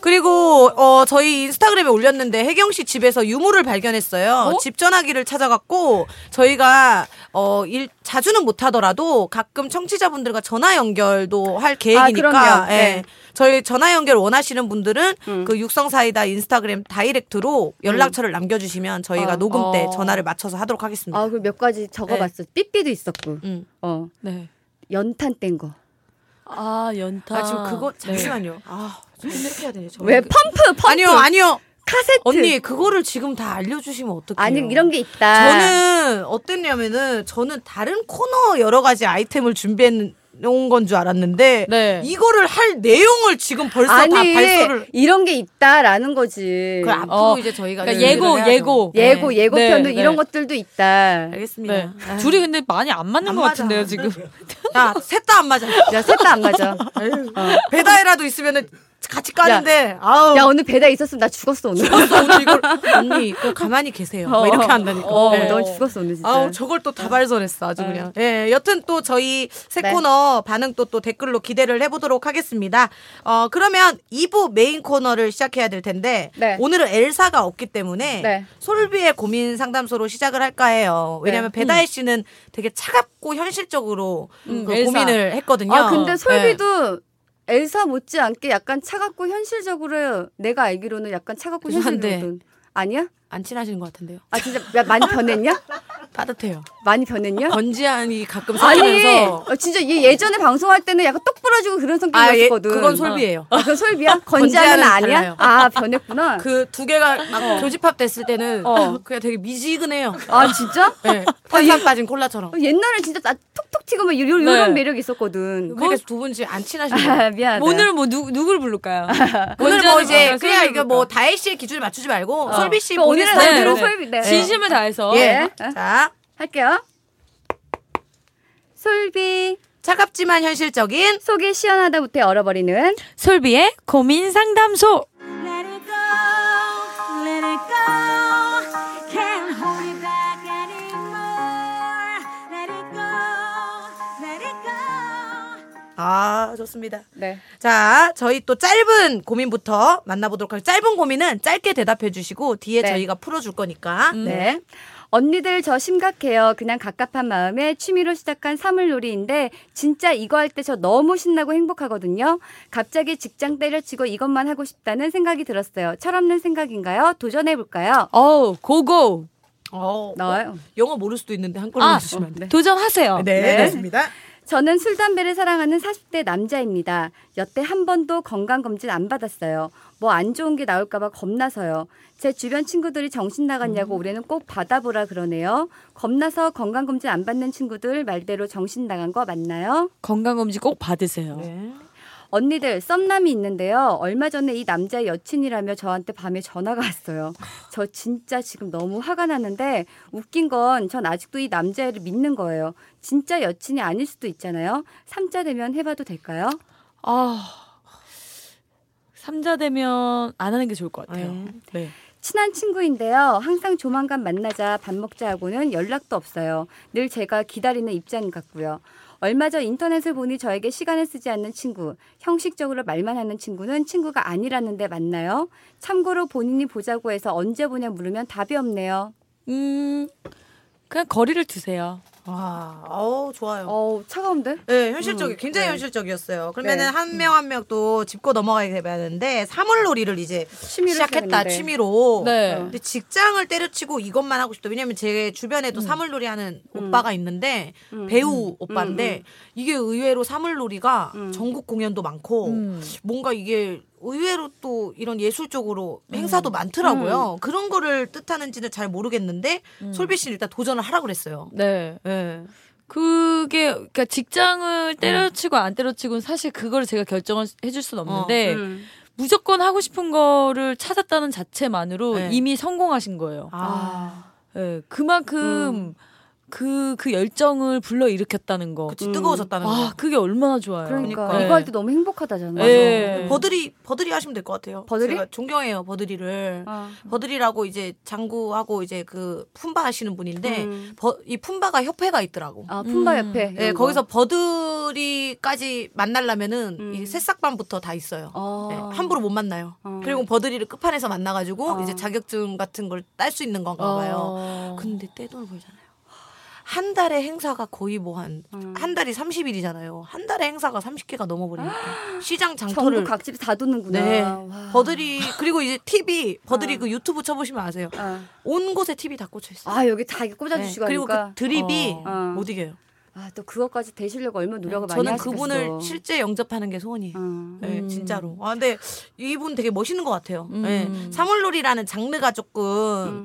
[SPEAKER 1] 그리고 어 저희 인스타그램에 올렸는데 혜경 씨 집에서 유물을 발견했어요. 집 전화기를 찾아갔고 저희가 어일 자주는 못 하더라도 가끔 청취자분들과 전화 연결도 할 계획이니까
[SPEAKER 2] 아, 그럼요.
[SPEAKER 1] 예.
[SPEAKER 2] 네. 음.
[SPEAKER 1] 저희 전화 연결 원하시는 분들은 그 육성 사이다 인스타그램 다이렉트로 연락처를 남겨 주시면 저희가
[SPEAKER 2] 어.
[SPEAKER 1] 녹음 때
[SPEAKER 3] 어.
[SPEAKER 1] 전화를 맞춰서 하도록 하겠습니다.
[SPEAKER 2] 아, 그리고 몇 가지 적어봤어. 요 삐삐도 있었고,
[SPEAKER 1] 네. 음. 어,
[SPEAKER 2] 어,
[SPEAKER 3] 네.
[SPEAKER 2] 연탄 뗀 거.
[SPEAKER 3] 아 연타.
[SPEAKER 1] 아 지금 그거
[SPEAKER 3] 네.
[SPEAKER 1] 잠시만요. 아 생각해야 되네. 저
[SPEAKER 2] 왜 펌프, 펌프.
[SPEAKER 1] 그 아니요 아니요
[SPEAKER 2] 카세트.
[SPEAKER 1] 언니 그거를 지금 다 알려주시면 어떡해요?
[SPEAKER 2] 아니 이런 게 있다.
[SPEAKER 1] 저는 어땠냐면은 저는 다른 코너 여러 가지 아이템을 준비해 놓은 건 줄 알았는데
[SPEAKER 3] 네.
[SPEAKER 1] 이거를 할 내용을 지금 벌써
[SPEAKER 2] 아니
[SPEAKER 1] 다 발표를
[SPEAKER 2] 이런 게 있다라는 거지.
[SPEAKER 1] 그 앞으로
[SPEAKER 3] 어,
[SPEAKER 1] 이제 저희가
[SPEAKER 3] 그러니까
[SPEAKER 1] 준비를
[SPEAKER 3] 예고,
[SPEAKER 1] 해야죠.
[SPEAKER 3] 예고.
[SPEAKER 2] 예고
[SPEAKER 3] 네.
[SPEAKER 2] 예고편도
[SPEAKER 3] 네,
[SPEAKER 2] 이런
[SPEAKER 3] 네.
[SPEAKER 2] 것들도 있다.
[SPEAKER 1] 알겠습니다.
[SPEAKER 3] 네. 둘이 근데 많이 안 맞는
[SPEAKER 1] 예. 안
[SPEAKER 3] 것
[SPEAKER 1] 맞아.
[SPEAKER 3] 같은데요 지금.
[SPEAKER 1] *laughs* 야셋 어. 다 안 맞아.
[SPEAKER 2] 야 셋다
[SPEAKER 1] *laughs*
[SPEAKER 2] 안 가져.
[SPEAKER 1] 배다이라도 있으면은 같이 까는데 아우
[SPEAKER 2] 야 오늘 배달 있었으면 나 죽었어
[SPEAKER 1] *laughs*
[SPEAKER 2] 오늘.
[SPEAKER 1] 오늘 이걸 언니 그거 가만히 계세요. 막 이렇게 한다니까.
[SPEAKER 2] 어,
[SPEAKER 1] 네.
[SPEAKER 2] 넌 죽었어 오늘 진짜.
[SPEAKER 1] 아우 저걸 또 다발전했어 아주 그냥. 예, 여튼 또 저희 새
[SPEAKER 2] 네.
[SPEAKER 1] 코너 반응 또 또 댓글로 기대를 해보도록 하겠습니다. 어 그러면 2부 메인 코너를 시작해야 될 텐데
[SPEAKER 2] 네.
[SPEAKER 1] 오늘은 엘사가 없기 때문에
[SPEAKER 2] 네.
[SPEAKER 1] 솔비의 고민 상담소로 시작을 할까 해요. 왜냐면
[SPEAKER 2] 네.
[SPEAKER 1] 배다혜 씨는 되게 차갑고 현실적으로
[SPEAKER 2] 음,
[SPEAKER 1] 그
[SPEAKER 3] 엘사.
[SPEAKER 1] 고민을 했거든요.
[SPEAKER 2] 아 근데
[SPEAKER 1] 네.
[SPEAKER 2] 솔비도 엘사 못지않게 약간 차갑고 현실적으로 내가 알기로는 약간 차갑고
[SPEAKER 1] 죄송한데.
[SPEAKER 2] 현실적으로 아니야?
[SPEAKER 1] 안 친하시는 것 같은데요.
[SPEAKER 2] 아 진짜 야, 많이 변했냐?
[SPEAKER 1] 따뜻해요.
[SPEAKER 2] 많이 변했냐?
[SPEAKER 1] 어, 건지한이 가끔
[SPEAKER 2] 아니
[SPEAKER 1] 생기면서
[SPEAKER 2] 어, 진짜 얘 예전에 방송할 때는 약간 똑 부러지고 그런
[SPEAKER 1] 아, 예,
[SPEAKER 2] 성격이었거든.
[SPEAKER 1] 그건 솔비예요.
[SPEAKER 2] 아,
[SPEAKER 1] *laughs*
[SPEAKER 2] 그건 솔비야? 건지하는
[SPEAKER 1] 달라요.
[SPEAKER 2] 아니야? 아, 변했구나.
[SPEAKER 1] 그 두 개가 막 교집합 됐을 때는
[SPEAKER 2] 어.
[SPEAKER 1] 그냥 되게 미지근해요.
[SPEAKER 2] 아, 진짜?
[SPEAKER 1] 네. *laughs* 어, 탄산 빠진 콜라처럼.
[SPEAKER 2] 옛날에 진짜 나 톡톡 튀고 막 요런,
[SPEAKER 3] 네. 뭐,
[SPEAKER 2] 요런 매력이 있었거든.
[SPEAKER 1] 그러니까 두분 지금 안 *laughs* 친하신 거예요.
[SPEAKER 2] *laughs* 아, 미안하다.
[SPEAKER 3] 오늘 뭐 누, 누굴 부를까요?
[SPEAKER 1] 오늘 뭐 이제
[SPEAKER 3] 건지하는
[SPEAKER 1] 그냥
[SPEAKER 3] 거랑
[SPEAKER 1] 이거 뭐 다혜 씨의 기준에 맞추지 말고 솔비 씨
[SPEAKER 2] 그럼 오늘은
[SPEAKER 1] 본인 어. 스타일대로.
[SPEAKER 2] 오늘은
[SPEAKER 3] 네,
[SPEAKER 2] 솔비, 네.
[SPEAKER 3] 진심을 다해서.
[SPEAKER 1] 예.
[SPEAKER 2] 네.
[SPEAKER 1] 자
[SPEAKER 2] 할게요. 솔비,
[SPEAKER 1] 차갑지만 현실적인
[SPEAKER 2] 속이 시원하다 못해 얼어버리는.
[SPEAKER 3] 솔비의 고민 상담소.
[SPEAKER 1] 아 좋습니다.
[SPEAKER 2] 네.
[SPEAKER 1] 자 저희 또 짧은 고민부터 만나보도록 할게요. 짧은 고민은 짧게 대답해 주시고 뒤에
[SPEAKER 2] 네.
[SPEAKER 1] 저희가 풀어줄 거니까.
[SPEAKER 2] 네. 언니들 저 심각해요. 그냥 갑갑한 마음에 취미로 시작한 사물놀이인데 진짜 이거 할 때 저 너무 신나고 행복하거든요. 갑자기 직장 때려치고 이것만 하고 싶다는 생각이 들었어요. 철없는 생각인가요? 도전해 볼까요?
[SPEAKER 3] 어우, 고고.
[SPEAKER 1] 어,
[SPEAKER 2] 나와요.
[SPEAKER 1] 영어 모를 수도 있는데 한글로
[SPEAKER 3] 아,
[SPEAKER 1] 해주시면 안 돼.
[SPEAKER 3] 도전하세요.
[SPEAKER 1] 네,
[SPEAKER 2] 네.
[SPEAKER 1] 그렇습니다.
[SPEAKER 2] 저는 술 담배를 사랑하는 40대 남자입니다. 여태 한 번도 건강 검진 안 받았어요. 뭐 안 좋은 게 나올까 봐 겁나서요. 제 주변 친구들이 정신 나갔냐고 올해는 꼭 받아보라 그러네요. 겁나서 건강 검진 안 받는 친구들 말대로 정신 나간 거 맞나요?
[SPEAKER 3] 건강검진 꼭 받으세요.
[SPEAKER 1] 네.
[SPEAKER 2] 언니들 썸남이 있는데요. 얼마 전에 이 남자의 여친이라며 저한테 밤에 전화가 왔어요. 저 진짜 지금 너무 화가 나는데 웃긴 건 전 아직도 이 남자애를 믿는 거예요. 진짜 여친이 아닐 수도 있잖아요. 삼자 되면 해봐도 될까요?
[SPEAKER 3] 아. 삼자 되면 안 하는 게 좋을 것 같아요. 네.
[SPEAKER 2] 친한 친구인데요. 항상 조만간 만나자, 밥 먹자 하고는 연락도 없어요. 늘 제가 기다리는 입장 같고요. 얼마 전 인터넷을 보니 저에게 시간을 쓰지 않는 친구, 형식적으로 말만 하는 친구는 친구가 아니라는데 맞나요? 참고로 본인이 보자고 해서 언제 보냐 물으면 답이 없네요.
[SPEAKER 3] 음. 그냥 거리를 두세요.
[SPEAKER 1] 와, 어우 좋아요.
[SPEAKER 2] 어우, 차가운데?
[SPEAKER 1] 네, 현실적이
[SPEAKER 2] 음,
[SPEAKER 1] 굉장히
[SPEAKER 2] 네.
[SPEAKER 1] 현실적이었어요. 그러면은
[SPEAKER 2] 네.
[SPEAKER 1] 한 명 한 명 또 짚고 넘어가야 되는데 사물놀이를 이제
[SPEAKER 2] 취미로
[SPEAKER 1] 시작했다
[SPEAKER 2] 시작했는데.
[SPEAKER 1] 취미로.
[SPEAKER 3] 네.
[SPEAKER 1] 근데 직장을 때려치고 이것만 하고 싶다. 왜냐면 제 주변에도
[SPEAKER 2] 음.
[SPEAKER 1] 사물놀이 하는 오빠가 있는데 배우
[SPEAKER 2] 음,
[SPEAKER 1] 오빠인데 이게 의외로 사물놀이가 전국 공연도 많고
[SPEAKER 3] 음.
[SPEAKER 1] 뭔가 이게 의외로 또 이런 예술적으로
[SPEAKER 2] 음.
[SPEAKER 1] 행사도 많더라고요. 그런 거를 뜻하는지는 잘 모르겠는데
[SPEAKER 2] 음.
[SPEAKER 1] 솔비 씨는 일단 도전을 하라고 그랬어요.
[SPEAKER 3] 네.
[SPEAKER 1] 네.
[SPEAKER 3] 그게 그러니까
[SPEAKER 1] 어.
[SPEAKER 2] 네.
[SPEAKER 1] 음.
[SPEAKER 3] 직장을 때려치고 안 때려치고는 사실 그걸 제가 결정을 해줄 수는 없는데 무조건 하고 싶은 거를 찾았다는 자체만으로
[SPEAKER 1] 네.
[SPEAKER 3] 이미 성공하신 거예요.
[SPEAKER 1] 아,
[SPEAKER 3] 예,
[SPEAKER 2] 음.
[SPEAKER 3] 그만큼 그 그 열정을 불러 일으켰다는 거.
[SPEAKER 1] 그치
[SPEAKER 2] 음.
[SPEAKER 1] 뜨거워졌다는
[SPEAKER 3] 아,
[SPEAKER 1] 거.
[SPEAKER 3] 그게 얼마나 좋아요.
[SPEAKER 2] 그러니까
[SPEAKER 1] 그러니까.
[SPEAKER 2] 이거 할 때 너무 행복하다잖아.
[SPEAKER 1] 네.
[SPEAKER 3] 예.
[SPEAKER 1] 버들이 버들이 하시면 될 것 같아요.
[SPEAKER 2] 네. 버들이?
[SPEAKER 1] 제가 존경해요 버들이를.
[SPEAKER 2] 아.
[SPEAKER 1] 버들이라고 이제 장구하고 이제 그 품바 하시는 분인데
[SPEAKER 2] 음.
[SPEAKER 1] 버- 이 품바가 협회가 있더라고.
[SPEAKER 2] 아, 품바
[SPEAKER 3] 음.
[SPEAKER 2] 옆에.
[SPEAKER 1] 예,
[SPEAKER 2] 이런 거.
[SPEAKER 1] 거기서 버들이까지 만나려면은
[SPEAKER 2] 음.
[SPEAKER 1] 이 새싹반부터 다 있어요.
[SPEAKER 2] 어.
[SPEAKER 1] 예, 함부로 못 만나요.
[SPEAKER 2] 어.
[SPEAKER 1] 그리고 버들이를 끝판에서 만나가지고
[SPEAKER 2] 어.
[SPEAKER 1] 이제 자격증 같은 걸 딸 수 있는
[SPEAKER 2] 아.
[SPEAKER 1] 건가 봐요.
[SPEAKER 3] 그
[SPEAKER 1] 근데 떼돈을 벌잖아요. 한 달에 행사가 거의 뭐 한,
[SPEAKER 2] 음.
[SPEAKER 1] 한 달이 30일이잖아요. 한 달에 행사가 30개가
[SPEAKER 2] *gasps*
[SPEAKER 1] 넘어버리니까. 시장
[SPEAKER 2] 전국
[SPEAKER 1] 장터를.
[SPEAKER 2] 각지를 다 도는구나.
[SPEAKER 1] 네.
[SPEAKER 2] 와.
[SPEAKER 1] 버들이, 그리고 이제 TV, 버들이 그 유튜브 쳐보시면 아세요.
[SPEAKER 2] 아.
[SPEAKER 1] 온 곳에 TV 다 꽂혀있어요.
[SPEAKER 2] 아, 여기 다 이렇게
[SPEAKER 1] 네,
[SPEAKER 2] 꽂아주시고
[SPEAKER 1] 그리고
[SPEAKER 2] 하니까.
[SPEAKER 1] 그 드립이
[SPEAKER 2] 어.
[SPEAKER 1] 못 이겨요.
[SPEAKER 2] 아, 또 그것까지 되시려고 얼마나 노력을 많이
[SPEAKER 1] 네, 저는
[SPEAKER 2] 하셨어
[SPEAKER 1] 그분을 실제 영접하는 게 소원이에요.
[SPEAKER 2] 어.
[SPEAKER 1] 네,
[SPEAKER 3] 음.
[SPEAKER 1] 진짜로. 아, 근데 이분 되게 멋있는 것 같아요.
[SPEAKER 3] 음.
[SPEAKER 1] 네. 사물놀이라는 장르가 조금,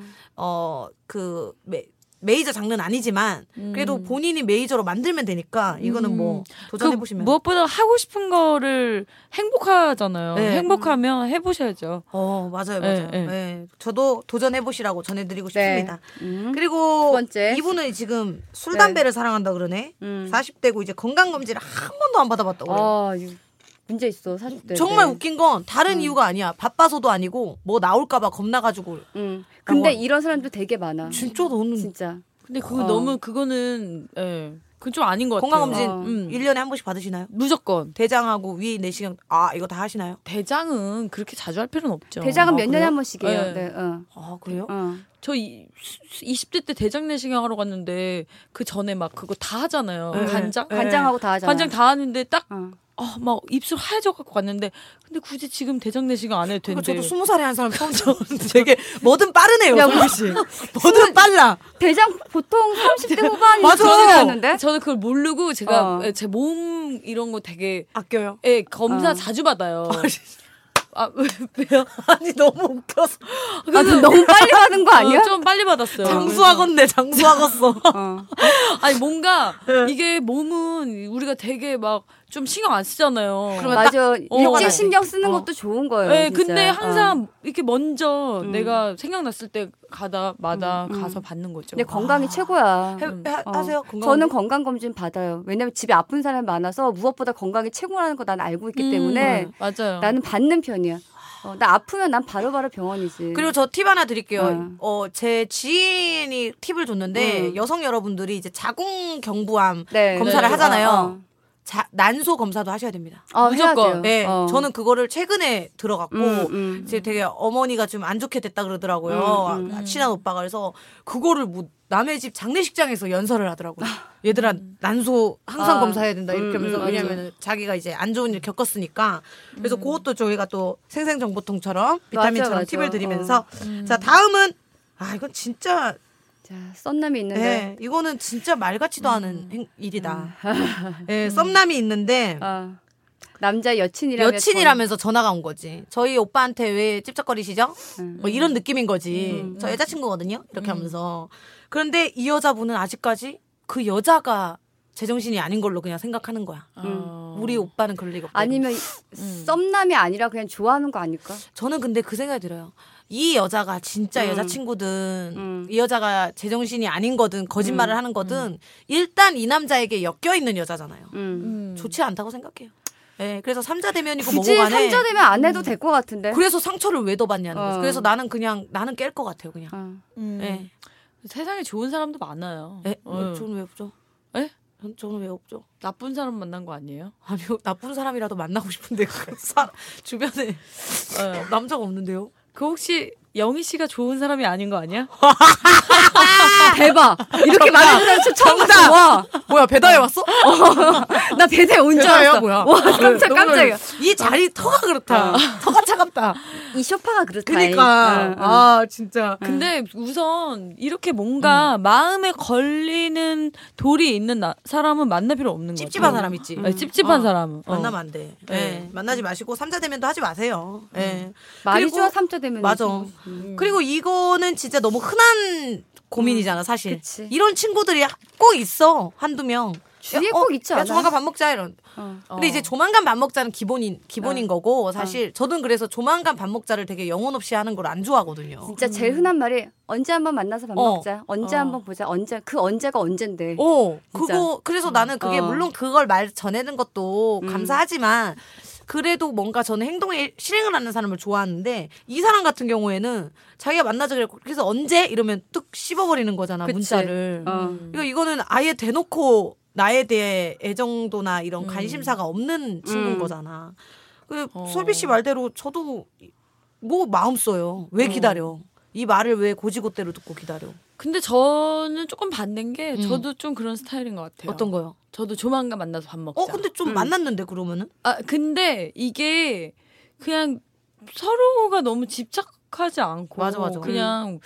[SPEAKER 2] 음.
[SPEAKER 1] 어, 그, 메, 메이저 장르는 아니지만,
[SPEAKER 2] 음.
[SPEAKER 1] 그래도 본인이 메이저로 만들면 되니까, 이거는 뭐, 도전해보시면.
[SPEAKER 3] 그 무엇보다 하고 싶은 거를 행복하잖아요.
[SPEAKER 1] 네.
[SPEAKER 3] 행복하면 해보셔야죠.
[SPEAKER 1] 어, 맞아요, 맞아요.
[SPEAKER 3] 예, 예.
[SPEAKER 1] 예. 저도 도전해보시라고 전해드리고
[SPEAKER 2] 네.
[SPEAKER 1] 싶습니다.
[SPEAKER 2] 음.
[SPEAKER 1] 그리고
[SPEAKER 2] 두 번째.
[SPEAKER 1] 이분은 지금 술,
[SPEAKER 2] 네.
[SPEAKER 1] 담배를 사랑한다 그러네.
[SPEAKER 2] 음.
[SPEAKER 1] 40대고 이제 건강검진을 한 번도 안 받아봤다고. 그래요.
[SPEAKER 2] 아, 이거 문제 있어. 40대.
[SPEAKER 1] 정말
[SPEAKER 2] 네.
[SPEAKER 1] 웃긴 건 다른 이유가 아니야. 바빠서도 아니고, 뭐 나올까봐 겁나가지고.
[SPEAKER 2] 음. 근데
[SPEAKER 1] 아, 와.
[SPEAKER 2] 이런 사람도 되게 많아.
[SPEAKER 1] 진짜 너는
[SPEAKER 2] 음. 진짜.
[SPEAKER 3] 근데 그거
[SPEAKER 2] 어.
[SPEAKER 3] 너무 그거는 아. 예, 그건 좀 아닌 것 같아요.
[SPEAKER 1] 건강검진
[SPEAKER 2] 어.
[SPEAKER 3] 음.
[SPEAKER 1] 1년에 한 번씩 받으시나요?
[SPEAKER 3] 무조건
[SPEAKER 1] 대장하고 위 내시경 아 이거 다 하시나요?
[SPEAKER 3] 대장은 그렇게 자주 할 필요는 없죠.
[SPEAKER 2] 대장은
[SPEAKER 1] 아,
[SPEAKER 2] 몇 년에
[SPEAKER 1] 그래요?
[SPEAKER 2] 한 번씩이에요.
[SPEAKER 3] 네.
[SPEAKER 2] 네. 어.
[SPEAKER 1] 아 그래요?
[SPEAKER 2] 어.
[SPEAKER 3] 저 이, 20대 때 대장 내시경 하러 갔는데 그 전에 막 그거 다 하잖아요.
[SPEAKER 1] 네.
[SPEAKER 3] 간장
[SPEAKER 1] 네.
[SPEAKER 2] 간장하고 다 하잖아.
[SPEAKER 3] 간장 다 하는데 딱 아, 막
[SPEAKER 2] 어.
[SPEAKER 3] 입술 하얘져 갖고 갔는데 근데 굳이 지금 대장 내시경 안 해도
[SPEAKER 1] 그러니까
[SPEAKER 3] 된대.
[SPEAKER 1] 저도 스무 살에 한 사람
[SPEAKER 2] *laughs*
[SPEAKER 1] 처음 저 되게 뭐든 빠르네요,
[SPEAKER 2] 야,
[SPEAKER 1] 소희 씨. *laughs* 뭐든 빨라.
[SPEAKER 2] 대장 보통 30대 후반
[SPEAKER 1] 네. 맞아.
[SPEAKER 2] 전이라는데.
[SPEAKER 3] 저는 그걸 모르고 제가
[SPEAKER 2] 어.
[SPEAKER 3] 예, 제몸 이런 거 되게
[SPEAKER 1] 아껴요.
[SPEAKER 3] 예, 검사
[SPEAKER 2] 어.
[SPEAKER 3] 자주 받아요. 아, 왜, 왜요?
[SPEAKER 1] *laughs* 아니 너무 웃겨서
[SPEAKER 2] 아, 너 너무 빨리 하는 거 *laughs* 아니야?
[SPEAKER 3] 어, 좀 빨리 받았어요.
[SPEAKER 1] 장수하겠네, 장수하겠어.
[SPEAKER 2] 어.
[SPEAKER 3] 아니 뭔가
[SPEAKER 2] 예.
[SPEAKER 3] 이게 몸은 우리가 되게 막 좀 신경 안 쓰잖아요.
[SPEAKER 1] 그러면
[SPEAKER 2] 맞아.
[SPEAKER 3] 어.
[SPEAKER 2] 일찍 신경 쓰는 것도 좋은 거예요.
[SPEAKER 1] 네,
[SPEAKER 3] 예,
[SPEAKER 2] 진짜.
[SPEAKER 3] 근데
[SPEAKER 2] 어. 음.
[SPEAKER 3] 항상 이렇게 먼저 내가 생각났을 때 가다 마다 가서 받는 거죠.
[SPEAKER 2] 근데
[SPEAKER 1] 아.
[SPEAKER 2] 건강이 최고야.
[SPEAKER 1] 해- 하-
[SPEAKER 2] 어.
[SPEAKER 1] 하세요. 건강
[SPEAKER 2] 저는 건강 검진 받아요. 왜냐면 집에 아픈 사람이 많아서 무엇보다 건강이 최고라는 거 난 알고 있기
[SPEAKER 3] 음,
[SPEAKER 2] 때문에
[SPEAKER 3] 맞아요.
[SPEAKER 2] 나는 받는 편이야. 어, 나 아프면 난 바로바로 병원이지.
[SPEAKER 1] 그리고 저 팁 하나 드릴게요.
[SPEAKER 2] 음.
[SPEAKER 1] 어, 제 지인이 팁을 줬는데
[SPEAKER 2] 음.
[SPEAKER 1] 여성 여러분들이 이제 자궁 경부암
[SPEAKER 2] 네,
[SPEAKER 1] 검사를
[SPEAKER 3] 네.
[SPEAKER 1] 하잖아요. 자, 난소 검사도 하셔야 됩니다.
[SPEAKER 2] 어, 어. 어, 해야 돼요.
[SPEAKER 3] 무조건.
[SPEAKER 1] 네,
[SPEAKER 2] 어.
[SPEAKER 1] 저는 뭐 그거를 최근에 들어갔고
[SPEAKER 2] 음, 음.
[SPEAKER 1] 이제 되게 어머니가 좀 안 좋게 됐다 그러더라고요.
[SPEAKER 2] 음,
[SPEAKER 1] 아, 친한 오빠가 그래서 그거를 뭐 남의 집 장례식장에서 연설을 하더라고요. 얘들아 난소 항상
[SPEAKER 2] 음. 아,
[SPEAKER 1] 검사해야 된다 이렇게
[SPEAKER 2] 음,
[SPEAKER 1] 하면서
[SPEAKER 2] 음,
[SPEAKER 1] 왜냐면 자기가 이제 안 좋은 일 겪었으니까 그래서 그것도 저희가 또 생생정보통처럼 비타민처럼
[SPEAKER 2] 맞아. 어.
[SPEAKER 1] 팁을 드리면서 자 다음은 아 이건 진짜
[SPEAKER 2] 자, 썸남이
[SPEAKER 1] 예
[SPEAKER 2] 있는데.
[SPEAKER 1] 이거는 진짜 말 같지도
[SPEAKER 2] 음.
[SPEAKER 1] 않은 행- 일이다. 예 썸남이 있는데
[SPEAKER 2] 어. 남자 여친이라면
[SPEAKER 1] 여친이라면서 전화가 온 거지. 저희 오빠한테 왜 찝쩍거리시죠?
[SPEAKER 2] 음.
[SPEAKER 1] 뭐 이런 느낌인 거지. 저 여자친구거든요. 이렇게 하면서. 그런데 이 여자분은 아직까지 그 여자가 제정신이 아닌 걸로 그냥 생각하는 거야.
[SPEAKER 3] 어.
[SPEAKER 1] 우리 오빠는 그럴 리가 없다.
[SPEAKER 2] 음. 아니면
[SPEAKER 1] 음.
[SPEAKER 2] 썸남이 아니라 그냥 좋아하는 거 아닐까?
[SPEAKER 1] 저는 근데 그 생각이 들어요. 이 여자가 진짜
[SPEAKER 2] 음.
[SPEAKER 1] 여자친구든
[SPEAKER 2] 음.
[SPEAKER 1] 이 여자가 제정신이 아닌 거든 거짓말을 하는 거든 일단 이 남자에게 엮여 있는 여자잖아요.
[SPEAKER 2] 음.
[SPEAKER 3] 음.
[SPEAKER 1] 좋지 않다고 생각해요. 예. 그래서 삼자 대면이고 뭐고
[SPEAKER 2] 굳이
[SPEAKER 1] 간에
[SPEAKER 2] 삼자 되면 안
[SPEAKER 1] 음.
[SPEAKER 2] 해도 될 것 같은데.
[SPEAKER 1] 그래서 상처를 왜 더 받냐는 거죠.
[SPEAKER 2] 어.
[SPEAKER 1] 그래서 나는 그냥 나는 깰 것 같아요, 그냥.
[SPEAKER 2] 어.
[SPEAKER 3] 음.
[SPEAKER 1] 예.
[SPEAKER 3] 세상에 좋은 사람도 많아요.
[SPEAKER 1] 예?
[SPEAKER 3] 어.
[SPEAKER 1] 저는 왜 없죠?
[SPEAKER 3] 예?
[SPEAKER 1] 전- 저는 왜 없죠?
[SPEAKER 3] 나쁜 사람 만난 거 아니에요?
[SPEAKER 1] 아니요, 뭐 나쁜 사람이라도 만나고 싶은데 그 사람 주변에 어,
[SPEAKER 3] 예.
[SPEAKER 1] 남자가 없는데요.
[SPEAKER 3] 그 혹시 영희 씨가 좋은 사람이 아닌 거 아니야?
[SPEAKER 1] 음.
[SPEAKER 2] 아, 대박. 이렇게 말해주는 저 처음 봤어. 와,
[SPEAKER 1] 뭐야 배달해 왔어?
[SPEAKER 2] 아, 나 대세 온줄
[SPEAKER 1] 배달이야
[SPEAKER 2] 알았어.
[SPEAKER 1] 뭐야?
[SPEAKER 2] 와,
[SPEAKER 1] *laughs*
[SPEAKER 2] 깜짝
[SPEAKER 1] 너무
[SPEAKER 2] 깜짝이야.
[SPEAKER 1] 이 자리 터가 그렇다. 터가 *laughs* 차갑다.
[SPEAKER 2] 이 쇼파가 그렇다.
[SPEAKER 1] 그러니까
[SPEAKER 2] 이. 어, 어.
[SPEAKER 1] 아 진짜.
[SPEAKER 3] 근데 우선 이렇게 뭔가 마음에 걸리는 돌이 있는 나- 사람은 만날 필요 없는 거죠.
[SPEAKER 1] 찝찝한 사람 있지.
[SPEAKER 3] 네, 찝찝한
[SPEAKER 1] 어.
[SPEAKER 3] 사람은. 어.
[SPEAKER 1] 만나면 안 돼. 예.
[SPEAKER 3] 네.
[SPEAKER 1] 만나지 마시고 삼자 대면도 하지 마세요. 예.
[SPEAKER 2] 말이
[SPEAKER 1] 그리고-
[SPEAKER 2] 좋아 삼자 되면.
[SPEAKER 1] 맞아.
[SPEAKER 2] 음.
[SPEAKER 1] 그리고 이거는 진짜 너무 흔한 고민이잖아, 사실.
[SPEAKER 2] 음. 그치.
[SPEAKER 1] 이런 친구들이 꼭 있어, 한두 명.
[SPEAKER 2] 주위에
[SPEAKER 1] 야,
[SPEAKER 2] 꼭 있지
[SPEAKER 1] 야,
[SPEAKER 2] 않아?
[SPEAKER 1] 조만간 밥 먹자 이런.
[SPEAKER 2] 어.
[SPEAKER 1] 근데 이제 조만간 밥 먹자는 기본인 기본인 거고 사실 저는 그래서 조만간 밥 먹자를 되게 영혼 없이 하는 걸 안 좋아하거든요.
[SPEAKER 2] 진짜 제일 흔한 말이 언제 한번 만나서 밥
[SPEAKER 1] 어.
[SPEAKER 2] 먹자. 언제
[SPEAKER 3] 어.
[SPEAKER 2] 한번 보자. 언제 그 언제가 언젠데.
[SPEAKER 1] 어,
[SPEAKER 2] 진짜.
[SPEAKER 1] 그거 그래서 나는 그게
[SPEAKER 2] 어. 음.
[SPEAKER 1] 물론 그걸 말 전해는 것도 감사하지만 그래도 뭔가 저는 행동에 실행을 하는 사람을 좋아하는데 이 사람 같은 경우에는 자기가 만나자 그랬고 그래서 언제 이러면 뚝 씹어버리는 거잖아
[SPEAKER 2] 그치.
[SPEAKER 1] 문자를. 그러니까
[SPEAKER 2] 어.
[SPEAKER 1] 이거 이거는 아예 대놓고 나에 대해 애정도나 이런 관심사가 없는 친구인
[SPEAKER 2] 음.
[SPEAKER 1] 거잖아. 그
[SPEAKER 3] 어.
[SPEAKER 1] 솔비 씨 말대로 저도 뭐 마음 써요. 왜 기다려? 이 말을 왜 고지고대로 듣고 기다려?
[SPEAKER 3] 근데 저는 조금 반대인 게
[SPEAKER 1] 음.
[SPEAKER 3] 저도 좀 그런 스타일인 것 같아요.
[SPEAKER 1] 어떤 거요?
[SPEAKER 3] 저도 조만간 만나서 밥 먹자.
[SPEAKER 1] 어 근데 좀
[SPEAKER 2] 음.
[SPEAKER 1] 만났는데 그러면은?
[SPEAKER 3] 아 근데 이게 그냥 서로가 너무 집착하지 않고
[SPEAKER 1] 맞아, 맞아.
[SPEAKER 3] 그냥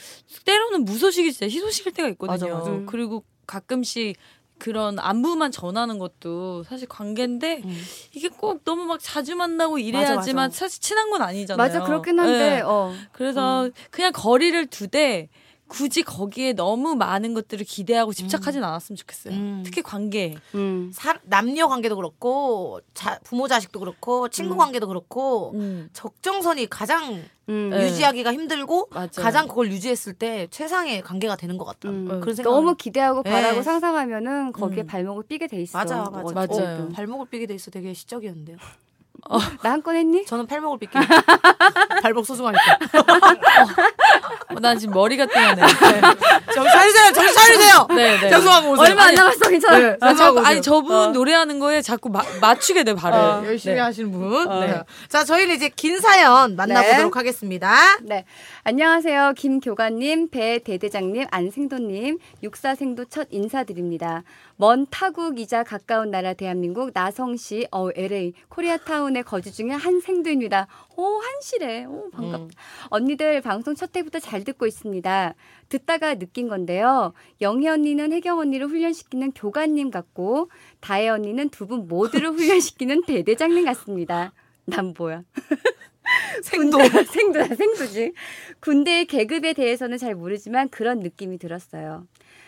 [SPEAKER 3] 때로는 무소식이 진짜 희소식일 때가 있거든요.
[SPEAKER 1] 맞아,
[SPEAKER 2] 맞아. 음.
[SPEAKER 3] 그리고 가끔씩 그런 안부만 전하는 것도 사실 관계인데
[SPEAKER 1] 음,
[SPEAKER 3] 이게 꼭 너무 막 자주 만나고 이래야지만
[SPEAKER 1] 맞아, 맞아.
[SPEAKER 3] 사실 친한 건 아니잖아요.
[SPEAKER 2] 맞아 그렇긴 한데
[SPEAKER 3] 네.
[SPEAKER 2] 어.
[SPEAKER 3] 그래서
[SPEAKER 1] 음.
[SPEAKER 3] 그냥 거리를 두되 굳이 거기에 너무 많은 것들을 기대하고 집착하진 않았으면 좋겠어요.
[SPEAKER 1] 음.
[SPEAKER 3] 특히 관계.
[SPEAKER 2] 음.
[SPEAKER 1] 사- 남녀 관계도 그렇고 자, 부모 자식도 그렇고 친구 관계도 그렇고
[SPEAKER 3] 음.
[SPEAKER 1] 적정선이 가장
[SPEAKER 2] 음.
[SPEAKER 3] 예.
[SPEAKER 1] 유지하기가 힘들고
[SPEAKER 3] 맞아요.
[SPEAKER 1] 가장 그걸 유지했을 때 최상의 관계가 되는 것 같다.
[SPEAKER 2] 음.
[SPEAKER 1] 그런 생각.
[SPEAKER 2] 너무 기대하고
[SPEAKER 1] 예.
[SPEAKER 2] 바라고 상상하면은 거기에
[SPEAKER 3] 음.
[SPEAKER 2] 발목을 삐게 돼 있어.
[SPEAKER 1] 맞아 맞아
[SPEAKER 3] 맞아요.
[SPEAKER 1] 어, 발목을 삐게 돼 있어 되게 시적이었는데요.
[SPEAKER 2] 나한 건 했니?
[SPEAKER 1] 저는 팔목을 삐게 해요. *laughs* 발목 소중하니까.
[SPEAKER 3] 어, 난 지금 머리가 뜨네.
[SPEAKER 1] 정신 차리세요. 정신 차리세요. *laughs*
[SPEAKER 3] 네, 네.
[SPEAKER 1] 정수하고 오세요.
[SPEAKER 2] 얼마 안 남았어 괜찮아.
[SPEAKER 3] 아, 저,
[SPEAKER 1] 하고
[SPEAKER 3] 아니
[SPEAKER 1] 오세요.
[SPEAKER 3] 저분
[SPEAKER 2] 어.
[SPEAKER 3] 노래하는 거에 자꾸 마- 맞추게 돼 발을. 네.
[SPEAKER 1] 어, 열심히 하신 분. 네. 자 저희는 이제 긴 사연 만나보도록 하겠습니다.
[SPEAKER 2] 네. 안녕하세요. 김교관님, 배 대대장님, 안생도님, 육사생도 첫 인사드립니다. 먼 타국이자 가까운 나라 대한민국 나성시 어, LA 코리아타운에 거주 중에 한생도입니다. 오, 한시래. 오, 반갑다. 언니들 방송 첫 회부터 잘 듣고 있습니다. 듣다가 느낀 건데요. 영희 언니는 혜경 언니를 훈련시키는 교관님 같고 다혜 언니는 두 분 모두를 훈련시키는 대대장님 같습니다. 난 뭐야? *laughs* 생도 생도다 생도지 군대의 계급에 대해서는 잘 모르지만 그런 느낌이 들었어요.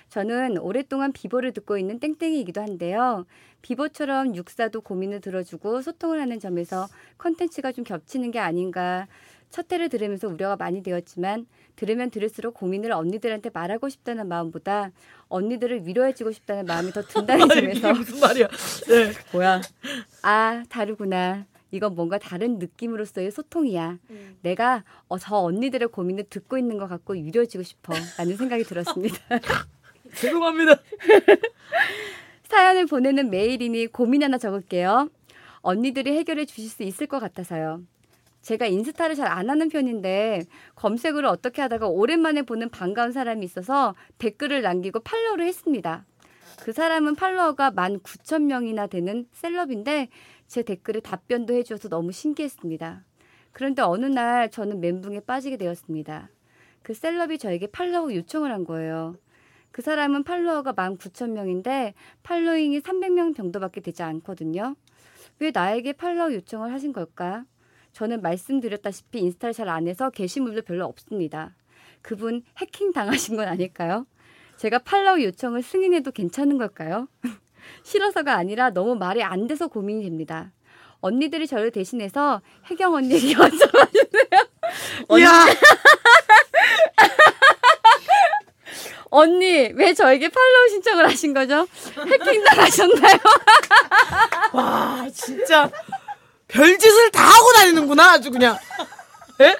[SPEAKER 2] 저는 오랫동안 비보를 듣고 있는 땡땡이이기도 한데요. 비보처럼 육사도 고민을 들어주고 소통을 하는 점에서 컨텐츠가 좀 겹치는 게 아닌가 첫 회를 들으면서 우려가 많이 되었지만 들으면 들을수록 고민을 언니들한테 말하고 싶다는 마음보다 언니들을 위로해주고 싶다는 마음이
[SPEAKER 1] *laughs*
[SPEAKER 2] 더 든다는 점에서
[SPEAKER 1] 무슨
[SPEAKER 3] *laughs*
[SPEAKER 1] 말이야?
[SPEAKER 3] 뭐야?
[SPEAKER 2] 아, 다르구나. 이건 뭔가 다른 느낌으로서의 소통이야.
[SPEAKER 1] 음.
[SPEAKER 2] 내가 어, 저 언니들의 고민을 듣고 있는 것 같고 유려지고 싶어. 라는 생각이 들었습니다.
[SPEAKER 1] *laughs* 죄송합니다.
[SPEAKER 2] *laughs* 사연을 보내는 메일이니 고민 하나 적을게요. 언니들이 해결해 주실 수 있을 것 같아서요. 제가 인스타를 잘 안 하는 편인데 검색을 어떻게 하다가 오랜만에 보는 반가운 사람이 있어서 댓글을 남기고 팔로우를 했습니다. 그 사람은 팔로워가 19,000명이나 되는 셀럽인데 제 댓글에 답변도 해주어서 너무 신기했습니다. 그런데 어느 날 저는 멘붕에 빠지게 되었습니다. 그 셀럽이 저에게 팔로우 요청을 한 거예요. 그 사람은 팔로워가 19,000명인데 팔로잉이 300명 정도밖에 되지 않거든요. 왜 나에게 팔로우 요청을 하신 걸까? 저는 말씀드렸다시피 인스타를 잘 안 해서 게시물도 별로 없습니다. 그분 해킹 당하신 건 아닐까요? 제가 팔로우 요청을 승인해도 괜찮은 걸까요? *laughs* 싫어서가 아니라 너무 말이 안 돼서 고민이 됩니다. 언니들이 저를 대신해서 혜경 언니에게 *laughs* 여쭤봐
[SPEAKER 1] 야.
[SPEAKER 2] 언니 왜 저에게 팔로우 신청을 하신 거죠? 해킹 당하셨나요?
[SPEAKER 1] 와 진짜 별짓을 다 하고 다니는구나 아주 그냥 예?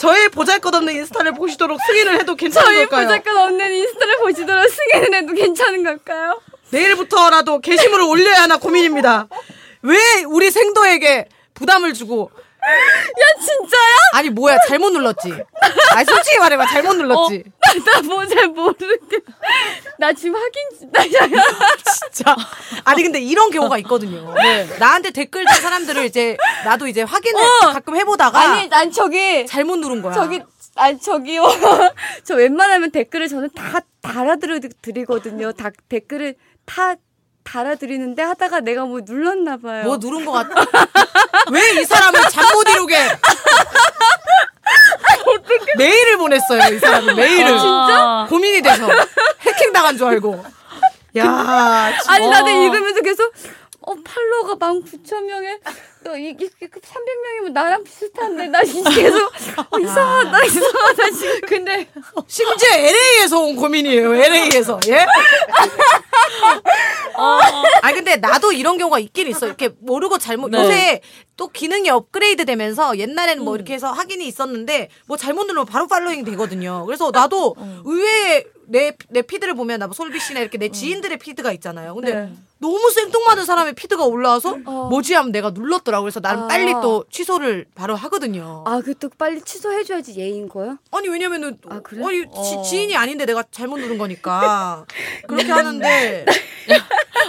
[SPEAKER 1] 저희 보잘것없는 인스타를 보시도록 승인을 해도 *laughs* 괜찮은
[SPEAKER 2] 저희
[SPEAKER 1] 걸까요?
[SPEAKER 2] 보잘것 없는 인스타를 보시도록 승인을 해도 괜찮은 걸까요?
[SPEAKER 1] 내일부터라도 게시물을 올려야 하나 고민입니다 왜 우리 생도에게 부담을 주고
[SPEAKER 2] 야 진짜야?
[SPEAKER 1] 아니 뭐야 잘못 눌렀지 아니 솔직히 말해봐 잘못
[SPEAKER 2] 어,
[SPEAKER 1] 눌렀지
[SPEAKER 2] 나뭐잘 모르겠. 나 지금 확인 나 야,
[SPEAKER 1] 진짜. 아니 근데 이런 경우가 있거든요 네. 나한테 댓글 단 사람들을 이제 나도 이제 확인을 가끔 해보다가
[SPEAKER 2] 어! 아니 난 저기
[SPEAKER 1] 잘못 누른 거야
[SPEAKER 2] 저기 아니 저기요. 저 웬만하면 댓글을 저는 다 달아드려 드리거든요. 다 댓글을 다 달아드리는데 하다가 내가 뭐 눌렀나 봐요.
[SPEAKER 1] 뭐 누른 것 같아. *laughs* 왜 이 사람은 잠못 이루게. 메일을 보냈어요, 이 사람은 메일을.
[SPEAKER 3] 아, 진짜?
[SPEAKER 1] 고민이 돼서. 해킹 당한 줄 알고. 야,
[SPEAKER 2] 아니 나는
[SPEAKER 3] 어.
[SPEAKER 2] 읽으면서 계속 어 팔로워가 19,000명에 너 이게 300명이면 나랑 비슷한데 나 이제 *laughs* 계속 어, 이상하다 이상하다 지금 근데
[SPEAKER 1] 심지어 LA에서 온 고민이에요. LA에서. 예? 아 근데 나도 이런 경우가 있긴 있어. 이렇게 모르고 잘못
[SPEAKER 3] 네.
[SPEAKER 1] 요새 또 기능이 업그레이드 되면서 옛날에는 뭐 이렇게 해서 확인이 있었는데 뭐 잘못 누르면 바로 팔로잉 되거든요. 그래서 나도 의외에 내, 내 피드를 보면 나 뭐 솔비 씨나 이렇게 내 지인들의 피드가 있잖아요. 근데
[SPEAKER 2] 네.
[SPEAKER 1] 너무 생뚱맞은 사람의 피드가 올라와서
[SPEAKER 2] 어.
[SPEAKER 1] 뭐지 하면 내가 눌렀더라고. 그래서 난
[SPEAKER 2] 아.
[SPEAKER 1] 빨리 또 취소를 바로 하거든요.
[SPEAKER 2] 아 그것도 빨리 취소해줘야지 예인 거야?
[SPEAKER 1] 아니 왜냐면은
[SPEAKER 2] 아, 그래?
[SPEAKER 1] 아니
[SPEAKER 3] 어.
[SPEAKER 1] 지, 인이 아닌데 내가 잘못 누른 거니까 그렇게 하는데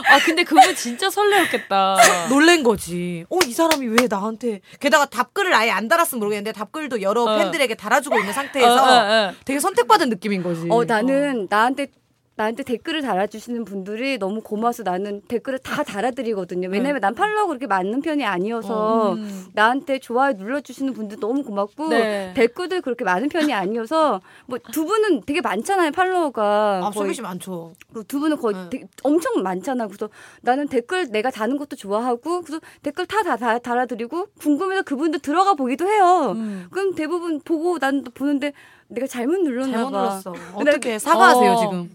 [SPEAKER 3] 아 근데 그거
[SPEAKER 2] *laughs*
[SPEAKER 3] 진짜 설레었겠다.
[SPEAKER 1] 놀란 거지. 어 이 사람이 왜 나한테 게다가 답글을 아예 안 달았으면 모르겠는데 답글도 여러
[SPEAKER 3] 어.
[SPEAKER 1] 팬들에게 달아주고 있는
[SPEAKER 3] 어,
[SPEAKER 1] 상태에서
[SPEAKER 3] 어, 어.
[SPEAKER 1] 되게 선택받은 느낌인 거지.
[SPEAKER 2] 어 나는 나한테 나한테 댓글을 달아주시는 분들이 너무 고마워서 나는 댓글을 다 달아드리거든요. 왜냐면 난 팔로워 그렇게 많은 편이 네. 아니어서
[SPEAKER 3] 음.
[SPEAKER 2] 나한테 좋아요 눌러주시는 분들 너무 고맙고
[SPEAKER 3] 네.
[SPEAKER 2] 댓글도 그렇게 많은 편이 아니어서 뭐 두 분은 되게 많잖아요 팔로워가
[SPEAKER 1] 아
[SPEAKER 2] 거의
[SPEAKER 1] 소비씨 많죠.
[SPEAKER 2] 그리고 두 분은 거의
[SPEAKER 1] 네.
[SPEAKER 2] 되게 엄청 많잖아. 그래서 나는 댓글 내가 다는 것도 좋아하고 그래서 댓글 다, 다, 다 달아드리고 궁금해서 그분들 들어가 보기도 해요.
[SPEAKER 3] 음.
[SPEAKER 2] 그럼 대부분 보고 난 보는데 내가 잘못 눌렀나
[SPEAKER 1] 잘못
[SPEAKER 2] 봐.
[SPEAKER 1] 눌렀어.
[SPEAKER 2] 근데
[SPEAKER 1] 어떻게 사과하세요
[SPEAKER 3] 어.
[SPEAKER 1] 지금?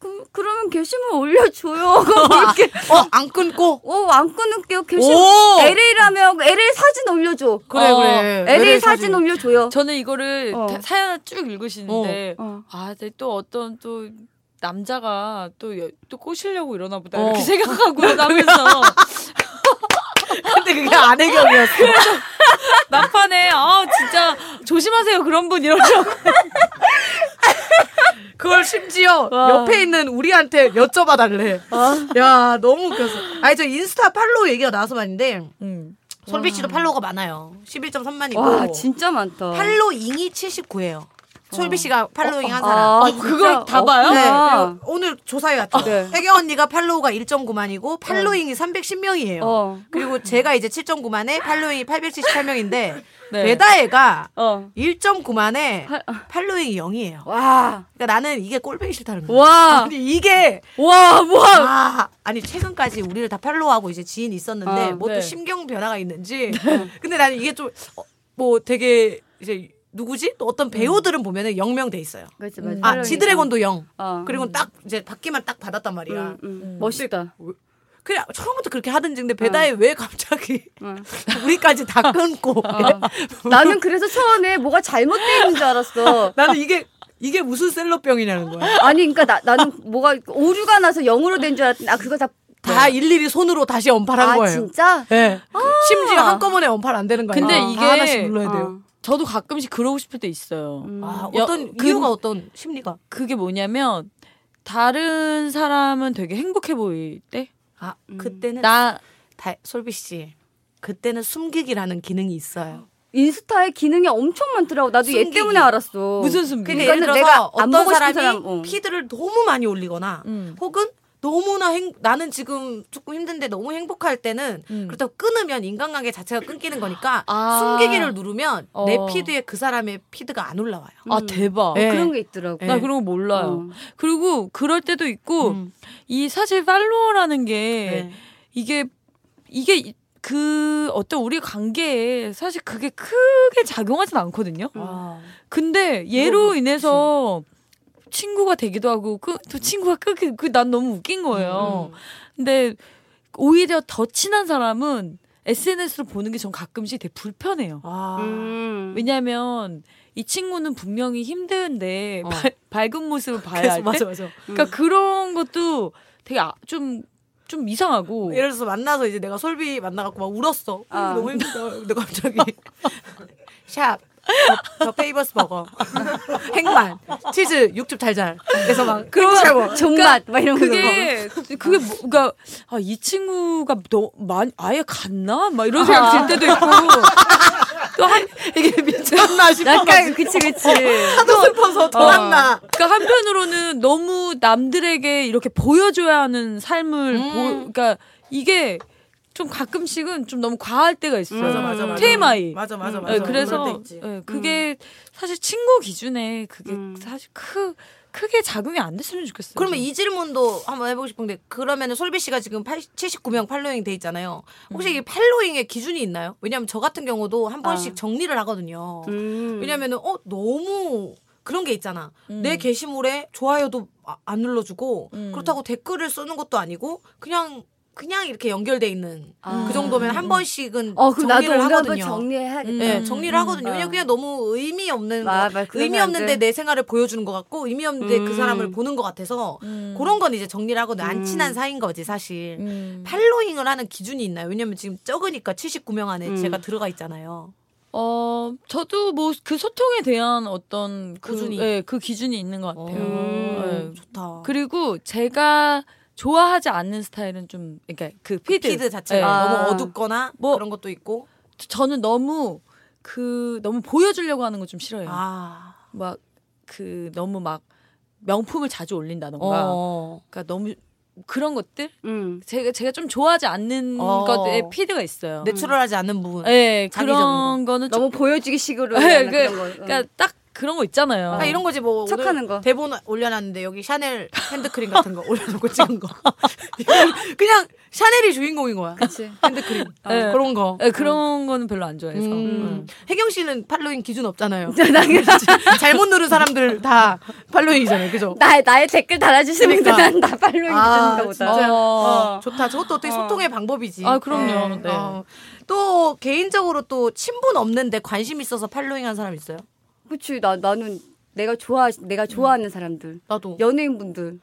[SPEAKER 2] 그, 그러면 게시물 올려줘요. 그렇게
[SPEAKER 1] 어안
[SPEAKER 2] *laughs*
[SPEAKER 1] 끊고
[SPEAKER 2] 어안 끊을게요. 게시물
[SPEAKER 1] 오
[SPEAKER 2] LA라면 LA 사진 올려줘.
[SPEAKER 1] 그래
[SPEAKER 3] 어,
[SPEAKER 1] 그래
[SPEAKER 2] LA, 사진, 올려줘요.
[SPEAKER 3] 저는 이거를
[SPEAKER 2] 어.
[SPEAKER 3] 다- 사연을 쭉 읽으시는데
[SPEAKER 2] 어.
[SPEAKER 3] 아, 근데 또 어떤 또 남자가 또, 여- 또 꼬시려고 이러나 보다
[SPEAKER 1] 어.
[SPEAKER 3] 이렇게
[SPEAKER 2] *laughs*
[SPEAKER 3] 생각하고 하면서
[SPEAKER 1] 근데 그게 안혜경이었어.
[SPEAKER 3] 막판에 아 진짜 조심하세요 그런 분 이러죠.
[SPEAKER 1] *laughs* 그걸 심지어
[SPEAKER 3] 와.
[SPEAKER 1] 옆에 있는 우리한테 여쭤봐달래. 야 너무 웃겼어. 아니 저 인스타 팔로우 얘기가 나와서 말인데
[SPEAKER 3] 음.
[SPEAKER 1] 솔비 씨도 팔로우가 많아요. 11.3만이고
[SPEAKER 2] 와 진짜 많다.
[SPEAKER 1] 팔로잉이 79예요. 솔비 씨가 팔로잉 한 사람.
[SPEAKER 2] 아,
[SPEAKER 3] 어, 그걸
[SPEAKER 2] 진짜?
[SPEAKER 3] 다 봐요?
[SPEAKER 1] 네.
[SPEAKER 2] 아.
[SPEAKER 1] 그리고 오늘 조사해 왔죠.
[SPEAKER 2] 네.
[SPEAKER 1] 혜경 언니가 팔로우가 1.9만이고 팔로잉이 310명이에요.
[SPEAKER 2] 어.
[SPEAKER 1] 그리고 제가 이제 7.9만에 팔로잉이 878명인데
[SPEAKER 3] 네.
[SPEAKER 1] 베다애가
[SPEAKER 2] 어.
[SPEAKER 1] 1.9만에 팔로잉이 0이에요.
[SPEAKER 2] 와.
[SPEAKER 1] 그러니까 나는 이게 꼴보기 싫다는 거야.
[SPEAKER 3] 와.
[SPEAKER 1] 아니 이게
[SPEAKER 3] 와 뭐야.
[SPEAKER 1] 아, 아니 최근까지 우리를 다 팔로우하고 이제 지인 있었는데
[SPEAKER 2] 아,
[SPEAKER 1] 뭐 또
[SPEAKER 3] 네.
[SPEAKER 1] 심경 변화가 있는지 근데 나는 이게 좀 뭐 되게 이제 누구지 또 어떤 배우들은 보면은 영명돼 있어요.
[SPEAKER 2] 그렇지 맞아.
[SPEAKER 1] 아 지드래곤도 영.
[SPEAKER 2] 음. 어.
[SPEAKER 1] 그리고 딱 이제 받기만 딱 받았단 말이야.
[SPEAKER 2] 음, 음. 멋있다.
[SPEAKER 1] 그래 처음부터 그렇게 하든지 근데 배다에 왜 갑자기 *laughs* 우리까지 다 끊고
[SPEAKER 2] 나는 그래서 처음에 뭐가 잘못돼 있는 줄
[SPEAKER 1] *laughs*
[SPEAKER 2] 알았어.
[SPEAKER 1] 나는 이게 이게 무슨 셀럽병이냐는 거야.
[SPEAKER 2] 아니, 그러니까 나, 나는 뭐가 오류가 나서 영어로 된 줄 알았더니, 아, 그거 다.
[SPEAKER 1] 다 일일이 손으로 다시 언팔한
[SPEAKER 2] 아,
[SPEAKER 1] 거예요.
[SPEAKER 2] 진짜?
[SPEAKER 1] 예. 심지어 한꺼번에 언팔 안 되는 거야.
[SPEAKER 3] 근데
[SPEAKER 1] 다
[SPEAKER 3] 이게-
[SPEAKER 1] 하나씩 눌러야 돼요.
[SPEAKER 2] 어.
[SPEAKER 3] 저도 가끔씩 그러고 싶을 때 있어요.
[SPEAKER 1] 아,
[SPEAKER 3] 야,
[SPEAKER 1] 어떤
[SPEAKER 3] 그-
[SPEAKER 1] 이유가 어떤 심리가?
[SPEAKER 3] 그게 뭐냐면 다른 사람은 되게 행복해 보일 때.
[SPEAKER 1] 아, 그때는
[SPEAKER 3] 나
[SPEAKER 1] 다, 솔비 씨. 그때는 숨기기라는 기능이 있어요.
[SPEAKER 2] 인스타에 기능이 엄청 많더라고. 나도 얘
[SPEAKER 1] 숨기기.
[SPEAKER 2] 때문에 알았어.
[SPEAKER 3] 무슨 숨기?
[SPEAKER 1] 그러니까
[SPEAKER 2] 그러니까
[SPEAKER 1] 예를 들어서
[SPEAKER 2] 내가 안
[SPEAKER 1] 어떤
[SPEAKER 2] 보고 싶은
[SPEAKER 1] 사람이
[SPEAKER 2] 사람, 어.
[SPEAKER 1] 피드를 너무 많이 올리거나
[SPEAKER 3] 음.
[SPEAKER 1] 혹은 너무나 행, 나는 지금 조금 힘든데 너무 행복할 때는
[SPEAKER 3] 음.
[SPEAKER 1] 그렇다고 끊으면 인간관계 자체가 끊기는 거니까
[SPEAKER 3] 아.
[SPEAKER 1] 숨기기를 누르면 내
[SPEAKER 3] 어.
[SPEAKER 1] 피드에 그 사람의 피드가 안 올라와요.
[SPEAKER 3] 아
[SPEAKER 2] 음.
[SPEAKER 3] 대박.
[SPEAKER 1] 예.
[SPEAKER 2] 그런 게 있더라고.
[SPEAKER 3] 나 그런 거 몰라요. 그리고 그럴 때도 있고
[SPEAKER 1] 음.
[SPEAKER 3] 이 사실 팔로워라는 게
[SPEAKER 1] 네.
[SPEAKER 3] 이게 이게 이- 그 어떤 우리 관계에 사실 그게 크게 작용하진 않거든요.
[SPEAKER 1] 아.
[SPEAKER 3] 근데 얘로 인해서 친구가 되기도 하고 그, 또 친구가 그난 너무 웃긴 거예요.
[SPEAKER 1] 음,
[SPEAKER 3] 근데 오히려 더 친한 사람은 SNS로 보는 게 전 가끔씩 되게 불편해요.
[SPEAKER 1] 아.
[SPEAKER 2] 음.
[SPEAKER 3] 왜냐면 이 친구는 분명히 힘든데
[SPEAKER 1] 어.
[SPEAKER 3] 발- 밝은 모습을 봐야
[SPEAKER 1] 그래서
[SPEAKER 3] 할 때,
[SPEAKER 1] *laughs* 맞아 음. 맞아.
[SPEAKER 3] 그러니까 그런 것도 되게 아, 좀 좀 이상하고
[SPEAKER 1] 예를 들어서 만나서 이제 내가 솔비 만나갖고 막 울었어. 음,
[SPEAKER 2] 아.
[SPEAKER 1] 너무 힘들다. 근데
[SPEAKER 2] *laughs*
[SPEAKER 1] 갑자기 샵. 더, 더 페이버스
[SPEAKER 2] *laughs*
[SPEAKER 1] 버거 행만 치즈 육즙 잘잘
[SPEAKER 2] 어,
[SPEAKER 1] 그래서 막 그런
[SPEAKER 2] *laughs* 존맛, 막 이런 거.
[SPEAKER 3] 그게 그게 뭐, 그러니까 아, 이 친구가 너 많이 아예 갔나 막 이런 생각 들
[SPEAKER 2] *laughs*
[SPEAKER 3] 때도 있고 또한 이게 미쳤나 싶어.
[SPEAKER 2] 약간, 그치, 그치.
[SPEAKER 1] 하도 슬퍼서 더 왔나
[SPEAKER 3] 그러니까 한편으로는 너무 남들에게 이렇게 보여줘야 하는 삶을
[SPEAKER 2] 음.
[SPEAKER 3] 보, 그러니까 이게 좀 가끔씩은 좀 너무 과할 때가 있어요.
[SPEAKER 2] 맞아, 맞아, 맞아.
[SPEAKER 3] TMI.
[SPEAKER 1] 맞아 맞아
[SPEAKER 3] 네, 예, 그래서 예, 그게 사실 친구 기준에 그게
[SPEAKER 2] 음.
[SPEAKER 3] 사실 크 크게 작용이 안 됐으면 좋겠어요.
[SPEAKER 1] 그러면
[SPEAKER 3] 저는.
[SPEAKER 1] 이 질문도 한번 해보고 싶은데 그러면은 솔비 씨가 지금 8 79명 팔로잉 돼 있잖아요. 혹시
[SPEAKER 2] 음.
[SPEAKER 1] 이 팔로잉의 기준이 있나요? 왜냐하면 저 같은 경우도 한 번씩 정리를 하거든요.
[SPEAKER 2] 아. 음.
[SPEAKER 1] 왜냐면은 어 너무 그런 게 있잖아.
[SPEAKER 3] 음.
[SPEAKER 1] 내 게시물에 좋아요도 아- 안 눌러주고 그렇다고 댓글을 쓰는 것도 아니고 그냥 그냥 이렇게 연결돼 있는
[SPEAKER 2] 아.
[SPEAKER 1] 그 정도면 한 번씩은
[SPEAKER 2] 어, 그럼 나도
[SPEAKER 1] 정리를
[SPEAKER 2] 오늘 한번
[SPEAKER 1] 하거든요.
[SPEAKER 2] 정리해야겠다.
[SPEAKER 3] 음.
[SPEAKER 1] 예, 정리를 하거든요.
[SPEAKER 2] 음.
[SPEAKER 1] 왜냐 그냥 너무 의미 없는
[SPEAKER 2] 아,
[SPEAKER 1] 거,
[SPEAKER 2] 맞아. 그러면
[SPEAKER 1] 의미
[SPEAKER 2] 안
[SPEAKER 1] 없는데
[SPEAKER 2] 돼.
[SPEAKER 1] 내 생활을 보여주는 것 같고 의미 없는데 그
[SPEAKER 2] 음.
[SPEAKER 1] 사람을 보는 것 같아서 그런 건 이제 정리를 하거든요. 안 친한 사이인 거지 사실.
[SPEAKER 3] 음.
[SPEAKER 1] 팔로잉을 하는 기준이 있나요? 왜냐면 지금 적으니까 79명 안에 제가 들어가 있잖아요.
[SPEAKER 3] 어 저도 뭐 그 소통에 대한 어떤 그,
[SPEAKER 1] 기준이.
[SPEAKER 3] 예, 그 기준이 있는 것 같아요.
[SPEAKER 1] 음,
[SPEAKER 3] 예.
[SPEAKER 1] 좋다.
[SPEAKER 3] 그리고 제가 좋아하지 않는 스타일은 좀 그러니까 그 피드,
[SPEAKER 1] 피드
[SPEAKER 3] 예.
[SPEAKER 1] 자체가
[SPEAKER 2] 아.
[SPEAKER 1] 너무 어둡거나
[SPEAKER 3] 뭐-
[SPEAKER 1] 그런 것도 있고.
[SPEAKER 3] 저는 너무 그 너무 보여주려고 하는 거 좀 싫어요.
[SPEAKER 1] 아.
[SPEAKER 3] 막 그 너무 막 명품을 자주 올린다던가
[SPEAKER 1] 어.
[SPEAKER 3] 그러니까 너무 그런 것들
[SPEAKER 2] 음.
[SPEAKER 1] *laughs*
[SPEAKER 3] 제가 제가 좀 좋아하지 않는
[SPEAKER 1] 어.
[SPEAKER 3] 것에 피드가 있어요.
[SPEAKER 1] 내추럴하지 않은 부분.
[SPEAKER 3] 예,
[SPEAKER 1] 자기적인
[SPEAKER 3] 그런 거는 좀
[SPEAKER 2] 너무 보여주기 식으로
[SPEAKER 3] *laughs*
[SPEAKER 1] 네,
[SPEAKER 3] 예,
[SPEAKER 2] 하는
[SPEAKER 3] 그-
[SPEAKER 2] 그런 거. 음. 응.
[SPEAKER 3] 그러니까 딱 그런 거 있잖아요.
[SPEAKER 1] 아, 이런 거지 뭐 오늘
[SPEAKER 2] 척하는 거.
[SPEAKER 1] 대본 올려놨는데 여기 샤넬 핸드크림 같은 거 올려놓고 찍은 거 *laughs* 이건 그냥 샤넬이 주인공인 거야
[SPEAKER 2] 그치.
[SPEAKER 1] 핸드크림 어,
[SPEAKER 3] 네.
[SPEAKER 1] 그런 거
[SPEAKER 3] 예, 그런 거는 별로 안 좋아해서.
[SPEAKER 1] 음. 혜경 씨는 팔로잉 기준
[SPEAKER 2] *laughs*
[SPEAKER 1] 없잖아요
[SPEAKER 2] 나,
[SPEAKER 1] *laughs* 잘못 누른 사람들 다 팔로잉이잖아요 그죠
[SPEAKER 2] 나의, 나의 댓글 달아주시는 분들
[SPEAKER 1] 그러니까.
[SPEAKER 2] 난나 팔로잉
[SPEAKER 1] 아,
[SPEAKER 2] 주는가 보다.
[SPEAKER 1] 진짜.
[SPEAKER 3] 어.
[SPEAKER 1] 어, 좋다 저것도 어떻게 소통의 방법이지
[SPEAKER 3] 아, 그럼요. 네.
[SPEAKER 1] 어. 또 개인적으로 또 친분 없는데 관심 있어서 팔로잉한 사람 있어요
[SPEAKER 2] 그치, 나, 나는 내가 좋아, 내가 좋아하는 사람들.
[SPEAKER 1] 나도
[SPEAKER 2] 연예인분들.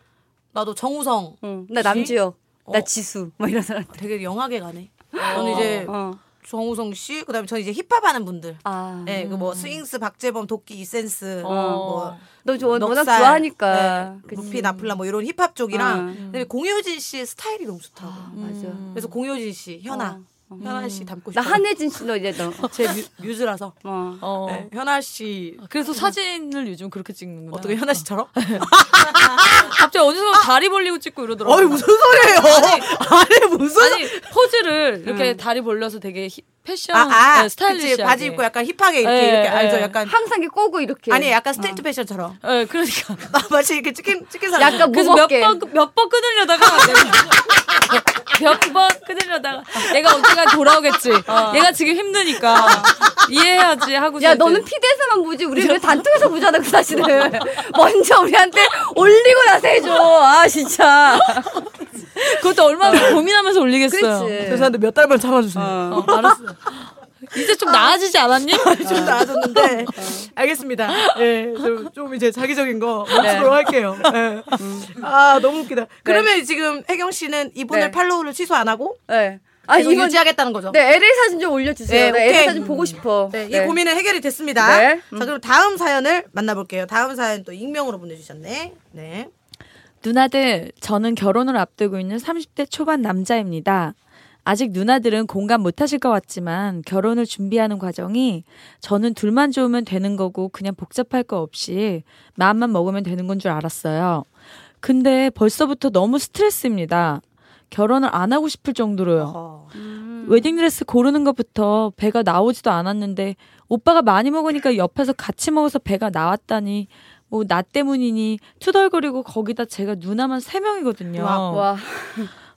[SPEAKER 1] 나도 정우성
[SPEAKER 2] 응. 나 남주혁.
[SPEAKER 1] 어.
[SPEAKER 2] 나 지수. 막 이런 사람들.
[SPEAKER 1] 되게 영하게 가네 저는 이제
[SPEAKER 2] 어.
[SPEAKER 1] 정우성 씨 그다음에 저는 이제 힙합하는 분들
[SPEAKER 2] 아.
[SPEAKER 1] 예, 그 뭐 스윙스, 박재범, 도끼, 이센스, 뭐
[SPEAKER 2] 너 저, 워낙
[SPEAKER 1] 넉살,
[SPEAKER 2] 좋아하니까.
[SPEAKER 1] 예,
[SPEAKER 2] 그치.
[SPEAKER 1] 루피, 나플라 뭐 이런 힙합 쪽이랑
[SPEAKER 2] 음.
[SPEAKER 1] 그다음에 공효진 씨의 스타일이 너무 좋다고.
[SPEAKER 2] 아, 맞아. 어.
[SPEAKER 1] 그래서 공효진 씨, 현아, 현아 씨 닮고
[SPEAKER 2] 나
[SPEAKER 1] 싶어.
[SPEAKER 2] 한혜진 씨 너 이제 너.
[SPEAKER 1] 제 뮤, 뮤즈라서
[SPEAKER 2] 어.
[SPEAKER 3] 어.
[SPEAKER 1] 예, 현아 씨
[SPEAKER 3] 그래서 사진을 요즘 그렇게 찍는구나.
[SPEAKER 1] 음. 어떻게 현아 씨처럼?
[SPEAKER 3] 갑자기 어느 순간 다리 벌리고 찍고 이러더라고.
[SPEAKER 1] 어이 아! 무슨 소리예요? 아니 무슨 음.
[SPEAKER 3] 아니 포즈를 이렇게 다리 벌려서 되게 히- 패션 네,
[SPEAKER 1] 아, 아,
[SPEAKER 3] 스타일리시
[SPEAKER 1] 그치, 바지 입고 약간 힙하게 이렇게
[SPEAKER 3] 예,
[SPEAKER 1] 이렇게
[SPEAKER 3] 예.
[SPEAKER 1] 알죠? 약간
[SPEAKER 2] 항상 이렇게 꼬고 이렇게.
[SPEAKER 1] 아니 약간 스트리트 패션처럼 *laughs*
[SPEAKER 3] 예, 그러니까.
[SPEAKER 1] 마치 이렇게 찍힌 찍힌 사람.
[SPEAKER 2] 약간
[SPEAKER 3] 그래서 몇
[SPEAKER 2] 무겁게.
[SPEAKER 3] 번 몇 번 끊으려다가 *laughs* 몇 번 끊으려다가 얘가 언젠가 돌아오겠지.
[SPEAKER 1] 어.
[SPEAKER 3] 얘가 지금 힘드니까 이해해야지 하고.
[SPEAKER 2] 야, 너는 피드에서만 보지. 우리 왜 단톡에서 보잖아, 그 사실은. 먼저 우리한테 올리고 나서 해줘. 아, 진짜.
[SPEAKER 3] 그것도
[SPEAKER 1] 어.
[SPEAKER 3] 얼마나 고민하면서 올리겠어요.
[SPEAKER 2] 그렇지.
[SPEAKER 1] 죄송한데 몇 달만 참아주세요.
[SPEAKER 3] 어, 알았어. 이제 좀 나아지지 않았니?
[SPEAKER 1] *laughs* 좀 나아졌는데 네. 알겠습니다. 예, 좀, 좀 이제 자기적인 거 멈추도록 할게요. 예. 아 너무 웃기다. 그러면 지금 혜경 씨는 이분을
[SPEAKER 2] 네.
[SPEAKER 1] 팔로우를 취소 안 하고
[SPEAKER 2] 네. 아,
[SPEAKER 1] 계속
[SPEAKER 2] 이건
[SPEAKER 1] 유지하겠다는 거죠.
[SPEAKER 2] 네, LA 사진 좀 올려주세요.
[SPEAKER 1] 네,
[SPEAKER 2] 나 LA
[SPEAKER 1] 오케이.
[SPEAKER 2] 사진 보고 싶어.
[SPEAKER 1] 네, 이 고민은 해결이 됐습니다.
[SPEAKER 2] 네.
[SPEAKER 1] 자 그럼 다음 사연을 만나볼게요. 다음 사연 또 익명으로 보내주셨네. 네.
[SPEAKER 3] 누나들, 저는 결혼을 앞두고 있는 30대 초반 남자입니다. 아직 누나들은 공감 못하실 것 같지만 결혼을 준비하는 과정이 저는 둘만 좋으면 되는 거고 그냥 복잡할 거 없이 마음만 먹으면 되는 건 줄 알았어요. 근데 벌써부터 너무 스트레스입니다. 결혼을 안 하고 싶을 정도로요.
[SPEAKER 1] 어.
[SPEAKER 2] 음.
[SPEAKER 3] 웨딩드레스 고르는 것부터 배가 나오지도 않았는데 오빠가 많이 먹으니까 옆에서 같이 먹어서 배가 나왔다니 뭐 나 때문이니 투덜거리고 거기다 제가 누나만 세 명이거든요.
[SPEAKER 1] 와,
[SPEAKER 2] 와,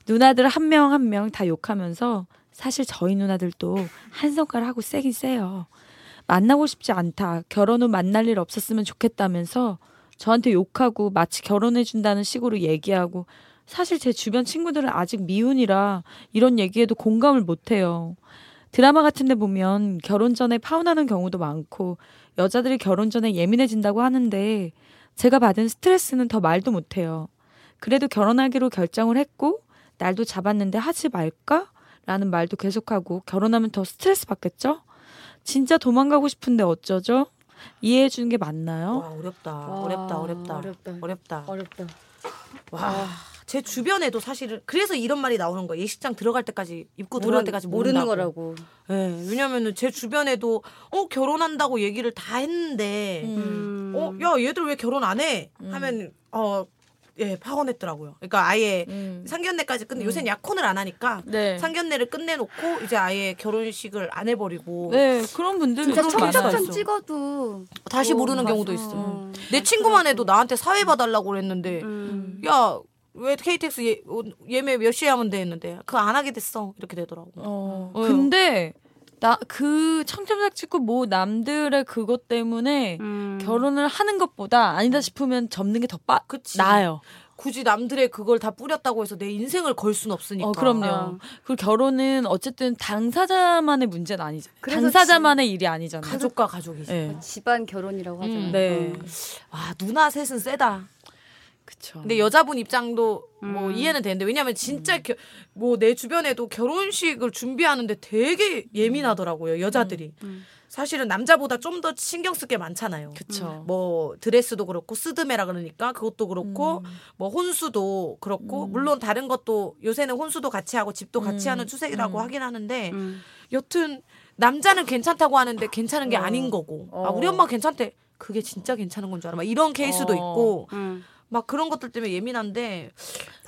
[SPEAKER 3] 누나들 한 명 한 명 다 욕하면서 사실 저희 누나들도 한 성깔 하고 세긴 세요. 만나고 싶지 않다. 결혼 후 만날 일 없었으면 좋겠다면서 저한테 욕하고 마치 결혼해 준다는 식으로 얘기하고 사실 제 주변 친구들은 아직 미운이라 이런 얘기에도 공감을 못 해요. 드라마 같은 데 보면 결혼 전에 파혼하는 경우도 많고 여자들이 결혼 전에 예민해진다고 하는데 제가 받은 스트레스는 더 말도 못 해요. 그래도 결혼하기로 결정을 했고 날도 잡았는데 하지 말까? 라는 말도 계속하고 결혼하면 더 스트레스 받겠죠? 진짜 도망가고 싶은데 어쩌죠? 이해해 주는 게 맞나요?
[SPEAKER 1] 와 어렵다.
[SPEAKER 2] 와,
[SPEAKER 1] 어렵다. 어렵다.
[SPEAKER 2] 어렵다.
[SPEAKER 1] 어렵다. 아.
[SPEAKER 2] 어렵다.
[SPEAKER 1] 와. 제 주변에도 사실은 그래서 이런 말이 나오는 거예요. 예식장 들어갈 때까지 입고 들어갈 때까지
[SPEAKER 2] 모르는
[SPEAKER 1] 모른다고.
[SPEAKER 2] 거라고.
[SPEAKER 1] 예, 왜냐면은 제 주변에도 어 결혼한다고 얘기를 다 했는데
[SPEAKER 3] 음.
[SPEAKER 1] 어 야 얘들 왜 결혼 안 해? 하면 어 예, 파혼했더라고요. 그러니까 아예
[SPEAKER 3] 음.
[SPEAKER 1] 상견례까지 끝내 요새는 약혼을 안 하니까
[SPEAKER 3] 네.
[SPEAKER 1] 상견례를 끝내놓고 이제 아예 결혼식을 안 해버리고
[SPEAKER 3] 네, 그런 분들이
[SPEAKER 2] 진짜
[SPEAKER 1] 그런
[SPEAKER 3] 좀
[SPEAKER 1] 청첩장
[SPEAKER 3] 많아요.
[SPEAKER 2] 청첩천 찍어도
[SPEAKER 1] 다시
[SPEAKER 3] 어,
[SPEAKER 1] 모르는
[SPEAKER 3] 맞아.
[SPEAKER 1] 경우도 있어.
[SPEAKER 3] 음.
[SPEAKER 2] 어.
[SPEAKER 1] 내 친구만 해도 나한테 사회 봐달라고 그랬는데
[SPEAKER 2] 음.
[SPEAKER 1] 야. 왜 KTX 예, 어, 예매 몇 시에 하면 돼 했는데 그거 안 하게 됐어 이렇게 되더라고.
[SPEAKER 3] 어.
[SPEAKER 1] 왜요?
[SPEAKER 3] 근데 나 그 청첩장 찍고 뭐 남들의 그것 때문에
[SPEAKER 2] 음.
[SPEAKER 3] 결혼을 하는 것보다 아니다 싶으면 접는 게 더
[SPEAKER 1] 그치.
[SPEAKER 3] 나아요.
[SPEAKER 1] 굳이 남들의 그걸 다 뿌렸다고 해서 내 인생을 걸 순 없으니까. 아,
[SPEAKER 3] 어, 그럼요.
[SPEAKER 2] 어.
[SPEAKER 3] 그리고 결혼은 어쨌든 당사자만의 문제는 아니잖아요.
[SPEAKER 2] 그래서
[SPEAKER 3] 당사자만의 일이 아니잖아요.
[SPEAKER 1] 가족과 가족이지.
[SPEAKER 3] 네.
[SPEAKER 2] 집안 결혼이라고 하잖아요.
[SPEAKER 3] 음, 네.
[SPEAKER 1] 아 누나 셋은 세다.
[SPEAKER 3] 그쵸.
[SPEAKER 1] 근데 여자분 입장도 뭐
[SPEAKER 2] 음.
[SPEAKER 1] 이해는 되는데 왜냐면 진짜 뭐 내 주변에도 결혼식을 준비하는데 되게 예민하더라고요 여자들이.
[SPEAKER 2] 음.
[SPEAKER 1] 사실은 남자보다 좀 더 신경 쓸 게 많잖아요.
[SPEAKER 3] 그쵸.
[SPEAKER 1] 뭐 드레스도 그렇고 스드메라 그러니까 그것도 그렇고 뭐 혼수도 그렇고 물론 다른 것도 요새는 혼수도 같이 하고 집도 같이 하는 추세라고 하긴 하는데
[SPEAKER 2] 음.
[SPEAKER 1] 여튼 남자는 괜찮다고 하는데 괜찮은 게 아닌 거고 아
[SPEAKER 3] 어.
[SPEAKER 1] 우리 엄마 괜찮대 그게 진짜 괜찮은 건 줄 알아 막 이런 케이스도
[SPEAKER 3] 어.
[SPEAKER 1] 있고
[SPEAKER 2] 음.
[SPEAKER 1] 막 그런 것들 때문에 예민한데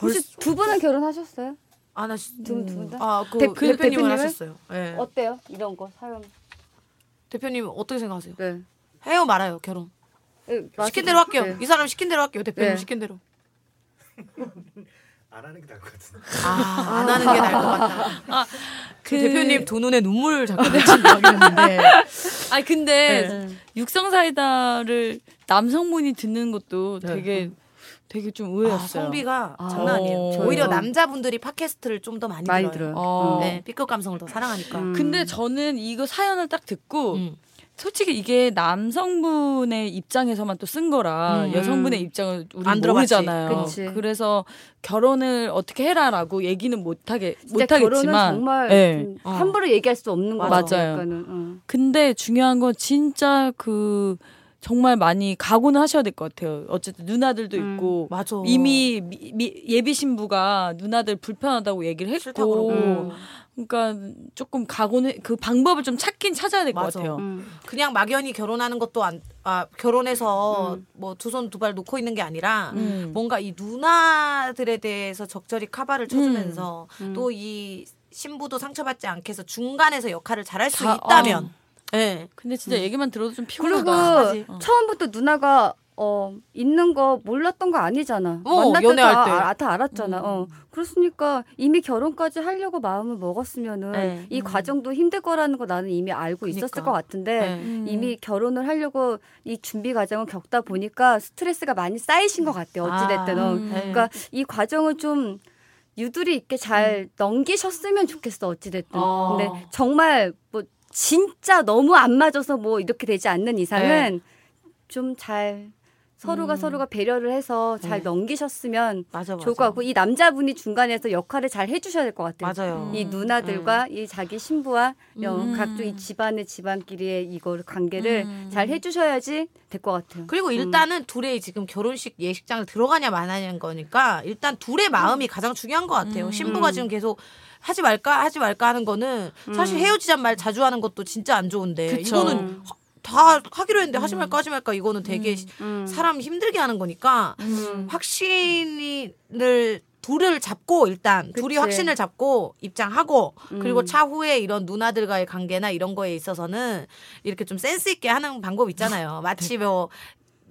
[SPEAKER 2] 혹시
[SPEAKER 1] 벌써
[SPEAKER 2] 두 분은 결혼하셨어요?
[SPEAKER 1] 아나 음.
[SPEAKER 2] 두- 두분 다?
[SPEAKER 1] 아그
[SPEAKER 2] 대- 그
[SPEAKER 1] 대표님은,
[SPEAKER 2] 대표님은?
[SPEAKER 1] 하셨어요 예
[SPEAKER 2] 어때요? 이런 거 사연.
[SPEAKER 1] 대표님 어떻게 생각하세요
[SPEAKER 2] 네.
[SPEAKER 1] 해요 말아요 결혼
[SPEAKER 2] 예,
[SPEAKER 1] 시킨
[SPEAKER 2] 맞아요.
[SPEAKER 1] 대로 할게요
[SPEAKER 2] 네.
[SPEAKER 1] 이 사람 시킨 대로 할게요 대표님
[SPEAKER 2] 네.
[SPEAKER 1] 시킨 대로
[SPEAKER 4] 안 하는 게 나을 것 같은데.
[SPEAKER 1] 아안 하는 게 나을 것 같다 그
[SPEAKER 3] 그-
[SPEAKER 1] 대표님 두 눈에 눈물 자꾸 맺힌다는데
[SPEAKER 3] 아 근데
[SPEAKER 1] 네.
[SPEAKER 3] 육성 사이다를 남성분이 듣는 것도
[SPEAKER 1] 네.
[SPEAKER 3] 되게 되게 좀
[SPEAKER 1] 아,
[SPEAKER 3] 의외였어요.
[SPEAKER 1] 성비가
[SPEAKER 2] 아,
[SPEAKER 1] 장난 아니에요
[SPEAKER 3] 어.
[SPEAKER 1] 오히려
[SPEAKER 2] 저요.
[SPEAKER 1] 남자분들이 팟캐스트를 좀 더 많이,
[SPEAKER 2] 많이
[SPEAKER 1] 들어요,
[SPEAKER 2] 들어요.
[SPEAKER 3] 어.
[SPEAKER 1] 네 B급 감성을 더 사랑하니까
[SPEAKER 2] 음.
[SPEAKER 3] 근데 저는 이거 사연을 딱 듣고
[SPEAKER 1] 음.
[SPEAKER 3] 솔직히 이게 남성분의 입장에서만 또 쓴 거라
[SPEAKER 1] 음.
[SPEAKER 3] 여성분의 입장을 우리
[SPEAKER 1] 안 들어봤지.
[SPEAKER 3] 모르잖아요.
[SPEAKER 2] 그치.
[SPEAKER 3] 래서 결혼을 어떻게 해라라고 얘기는 못 하게
[SPEAKER 2] 진짜
[SPEAKER 3] 못
[SPEAKER 2] 결혼은
[SPEAKER 3] 하겠지만
[SPEAKER 2] 정말
[SPEAKER 3] 예.
[SPEAKER 2] 음,
[SPEAKER 1] 어.
[SPEAKER 2] 함부로 얘기할 수 없는 거
[SPEAKER 1] 맞아요.
[SPEAKER 2] 같아요, 약간은. 음.
[SPEAKER 3] 근데 중요한 건 진짜 그 정말 많이 각오는 하셔야 될 것 같아요. 어쨌든 누나들도
[SPEAKER 2] 음.
[SPEAKER 3] 있고
[SPEAKER 1] 맞아
[SPEAKER 3] 이미 미- 미- 예비 신부가 누나들 불편하다고 얘기를
[SPEAKER 1] 싫다고
[SPEAKER 3] 했고
[SPEAKER 1] 그러고.
[SPEAKER 2] 음.
[SPEAKER 3] 그러니까 조금 각오는 그 방법을 좀 찾긴 찾아야 될 것
[SPEAKER 1] 맞아.
[SPEAKER 3] 같아요.
[SPEAKER 2] 음.
[SPEAKER 1] 그냥 막연히 결혼하는 것도 안, 아, 결혼해서
[SPEAKER 2] 음.
[SPEAKER 1] 뭐 두 손 두 발 놓고 있는 게 아니라
[SPEAKER 3] 음.
[SPEAKER 1] 뭔가 이 누나들에 대해서 적절히 카바를 쳐주면서
[SPEAKER 2] 음.
[SPEAKER 1] 또 이 신부도 상처받지 않게 해서 중간에서 역할을 잘할 수
[SPEAKER 3] 다-
[SPEAKER 1] 있다면.
[SPEAKER 2] 어.
[SPEAKER 1] 예.
[SPEAKER 3] 근데 진짜 얘기만 들어도 좀
[SPEAKER 2] 그리고
[SPEAKER 3] 피곤하다.
[SPEAKER 1] 맞지.
[SPEAKER 2] 처음부터 누나가 어 있는 거 몰랐던 거 아니잖아.
[SPEAKER 1] 어,
[SPEAKER 2] 만날 때
[SPEAKER 1] 연애할
[SPEAKER 2] 다,
[SPEAKER 1] 때. 음.
[SPEAKER 2] 아, 다 알았잖아. 어. 그렇으니까 이미 결혼까지 하려고 마음을 먹었으면은
[SPEAKER 1] 네. 그러니까.
[SPEAKER 2] 이 과정도 힘들 거라는 거 나는 이미 알고 있었을
[SPEAKER 1] 그니까.
[SPEAKER 2] 것 같은데
[SPEAKER 1] 예.
[SPEAKER 3] 음.
[SPEAKER 2] 이미 결혼을 하려고 이 준비 과정을 겪다 보니까 스트레스가 많이 쌓이신 것 같아요. 어찌됐든.
[SPEAKER 1] 아,
[SPEAKER 2] 어.
[SPEAKER 3] 음.
[SPEAKER 2] 그러니까 이 과정을 좀 유두리 있게 잘 넘기셨으면 좋겠어. 어찌됐든.
[SPEAKER 1] 음. 어.
[SPEAKER 2] 근데 정말 뭐 진짜 너무 안 맞아서 뭐 이렇게 되지 않는 이상은
[SPEAKER 1] 네.
[SPEAKER 2] 좀 잘 서로가 서로가 배려를 해서
[SPEAKER 1] 음.
[SPEAKER 2] 잘
[SPEAKER 1] 네.
[SPEAKER 2] 넘기셨으면
[SPEAKER 1] 맞아, 맞아.
[SPEAKER 2] 좋을 것 같고 이 남자분이 중간에서 역할을 잘 해주셔야 될 것 같아요.
[SPEAKER 1] 맞아요.
[SPEAKER 2] 이
[SPEAKER 3] 음.
[SPEAKER 2] 누나들과 이 자기 신부와 여-
[SPEAKER 3] 음.
[SPEAKER 2] 각종 이 집안의 집안끼리의 이걸 관계를
[SPEAKER 3] 음.
[SPEAKER 2] 잘 해주셔야지 될 것 같아요.
[SPEAKER 1] 그리고 일단은 둘의 지금 결혼식 예식장을 들어가냐 마냐는 거니까 일단 둘의 마음이 가장 중요한 것 같아요. 신부가 지금 계속 하지 말까 하지 말까 하는 거는 사실 헤어지자 말 자주 하는 것도 진짜 안 좋은데
[SPEAKER 3] 그쵸.
[SPEAKER 1] 이거는 하- 다 하기로 했는데 하지 말까 하지 말까 이거는 되게
[SPEAKER 2] 음.
[SPEAKER 1] 그 사람 힘들게 하는 거니까
[SPEAKER 2] 음.
[SPEAKER 1] 확신을 둘을 잡고 일단 둘이
[SPEAKER 2] 그치.
[SPEAKER 1] 확신을 잡고 입장하고 그리고
[SPEAKER 2] 음.
[SPEAKER 1] 차후에 이런 누나들과의 관계나 이런 거에 있어서는 이렇게 좀 센스 있게 하는 방법 있잖아요.
[SPEAKER 2] 음.
[SPEAKER 1] 마치 뭐,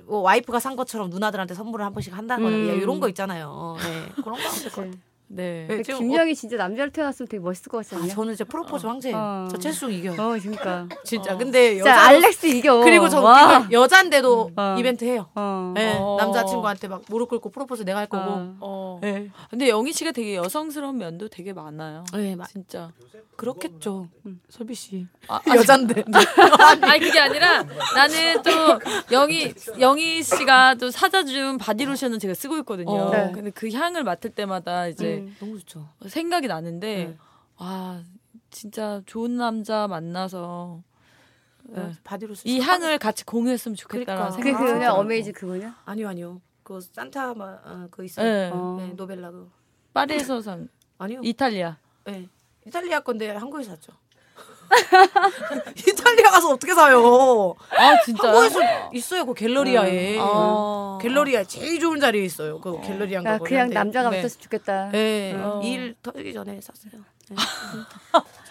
[SPEAKER 1] 뭐 와이프가 산 것처럼 누나들한테 선물을 한 번씩 한다거나
[SPEAKER 2] 음.
[SPEAKER 1] 야, 이런 거 있잖아요. 네, 그런
[SPEAKER 2] *laughs*
[SPEAKER 1] 거 하면 될것 같아요.
[SPEAKER 3] 네.
[SPEAKER 1] 네, 지금
[SPEAKER 2] 김영이 진짜 남자로 태어났으면 되게 멋있을 것
[SPEAKER 1] 어, 아,
[SPEAKER 2] 같잖아요.
[SPEAKER 1] 저는 이제 프로포즈 황제예요.
[SPEAKER 2] 어.
[SPEAKER 1] 저 체수종 이겨요.
[SPEAKER 2] 어, 그러니까.
[SPEAKER 1] 진짜. 근데
[SPEAKER 2] 진짜
[SPEAKER 1] 여자
[SPEAKER 2] 알렉스 이겨.
[SPEAKER 1] 그리고 저
[SPEAKER 2] 와.
[SPEAKER 1] 웃긴 건 여잔데도
[SPEAKER 2] 어.
[SPEAKER 1] 이벤트 해요.
[SPEAKER 2] 어.
[SPEAKER 1] 네,
[SPEAKER 3] 어.
[SPEAKER 1] 남자친구한테 막 무릎 꿇고 프로포즈 내가 할 거고.
[SPEAKER 2] 어.
[SPEAKER 3] 어.
[SPEAKER 1] 네.
[SPEAKER 3] 근데 영희 씨가 되게 여성스러운 면도 되게 많아요.
[SPEAKER 1] 네, 마-
[SPEAKER 3] 진짜.
[SPEAKER 4] 요새
[SPEAKER 1] 그렇겠죠. 솔비 씨.
[SPEAKER 3] 아,
[SPEAKER 1] *laughs* 여잔데.
[SPEAKER 3] 아니 그게 아니라 나는 또 영희 영희 씨가 또 사다 준 바디로션을 제가 쓰고 있거든요.
[SPEAKER 1] 어.
[SPEAKER 2] 네.
[SPEAKER 3] 근데 그 향을 맡을 때마다 이제
[SPEAKER 2] 음.
[SPEAKER 1] 너무 좋죠.
[SPEAKER 3] 생각이 나는데
[SPEAKER 1] 네.
[SPEAKER 3] 와 진짜 좋은 남자 만나서
[SPEAKER 1] 예.
[SPEAKER 3] 네.
[SPEAKER 1] 아, 바디로스.
[SPEAKER 3] 이 향을 같이 공유했으면 좋겠다라는
[SPEAKER 1] 그러니까.
[SPEAKER 2] 그게
[SPEAKER 3] 생각이
[SPEAKER 2] 그거냐?
[SPEAKER 3] 들더라고요.
[SPEAKER 2] 어메이지 그거냐?
[SPEAKER 1] 아니요, 아니요. 그 산타 마, 아, 그 있어요.
[SPEAKER 3] 네.
[SPEAKER 2] 어.
[SPEAKER 1] 네, 노벨라 그.
[SPEAKER 3] 파리에서 산
[SPEAKER 1] 아니요. 예. 이...
[SPEAKER 3] 이탈리아.
[SPEAKER 1] 네. 이탈리아 건데 한국에서 샀죠. *laughs* 이탈리아 가서 어떻게 사요?
[SPEAKER 3] 아 진짜.
[SPEAKER 1] 한국에서 있어요 그 갤러리아에.
[SPEAKER 3] 아.
[SPEAKER 1] 갤러리아 제일 좋은 자리에 있어요. 그 갤러리안
[SPEAKER 2] 아,
[SPEAKER 1] 거.
[SPEAKER 2] 그냥 남자가
[SPEAKER 3] 네.
[SPEAKER 2] 붙었으면 좋겠다.
[SPEAKER 1] 예.
[SPEAKER 3] 어.
[SPEAKER 1] 일 터지기 전에 샀어요.
[SPEAKER 3] *laughs*
[SPEAKER 1] 네.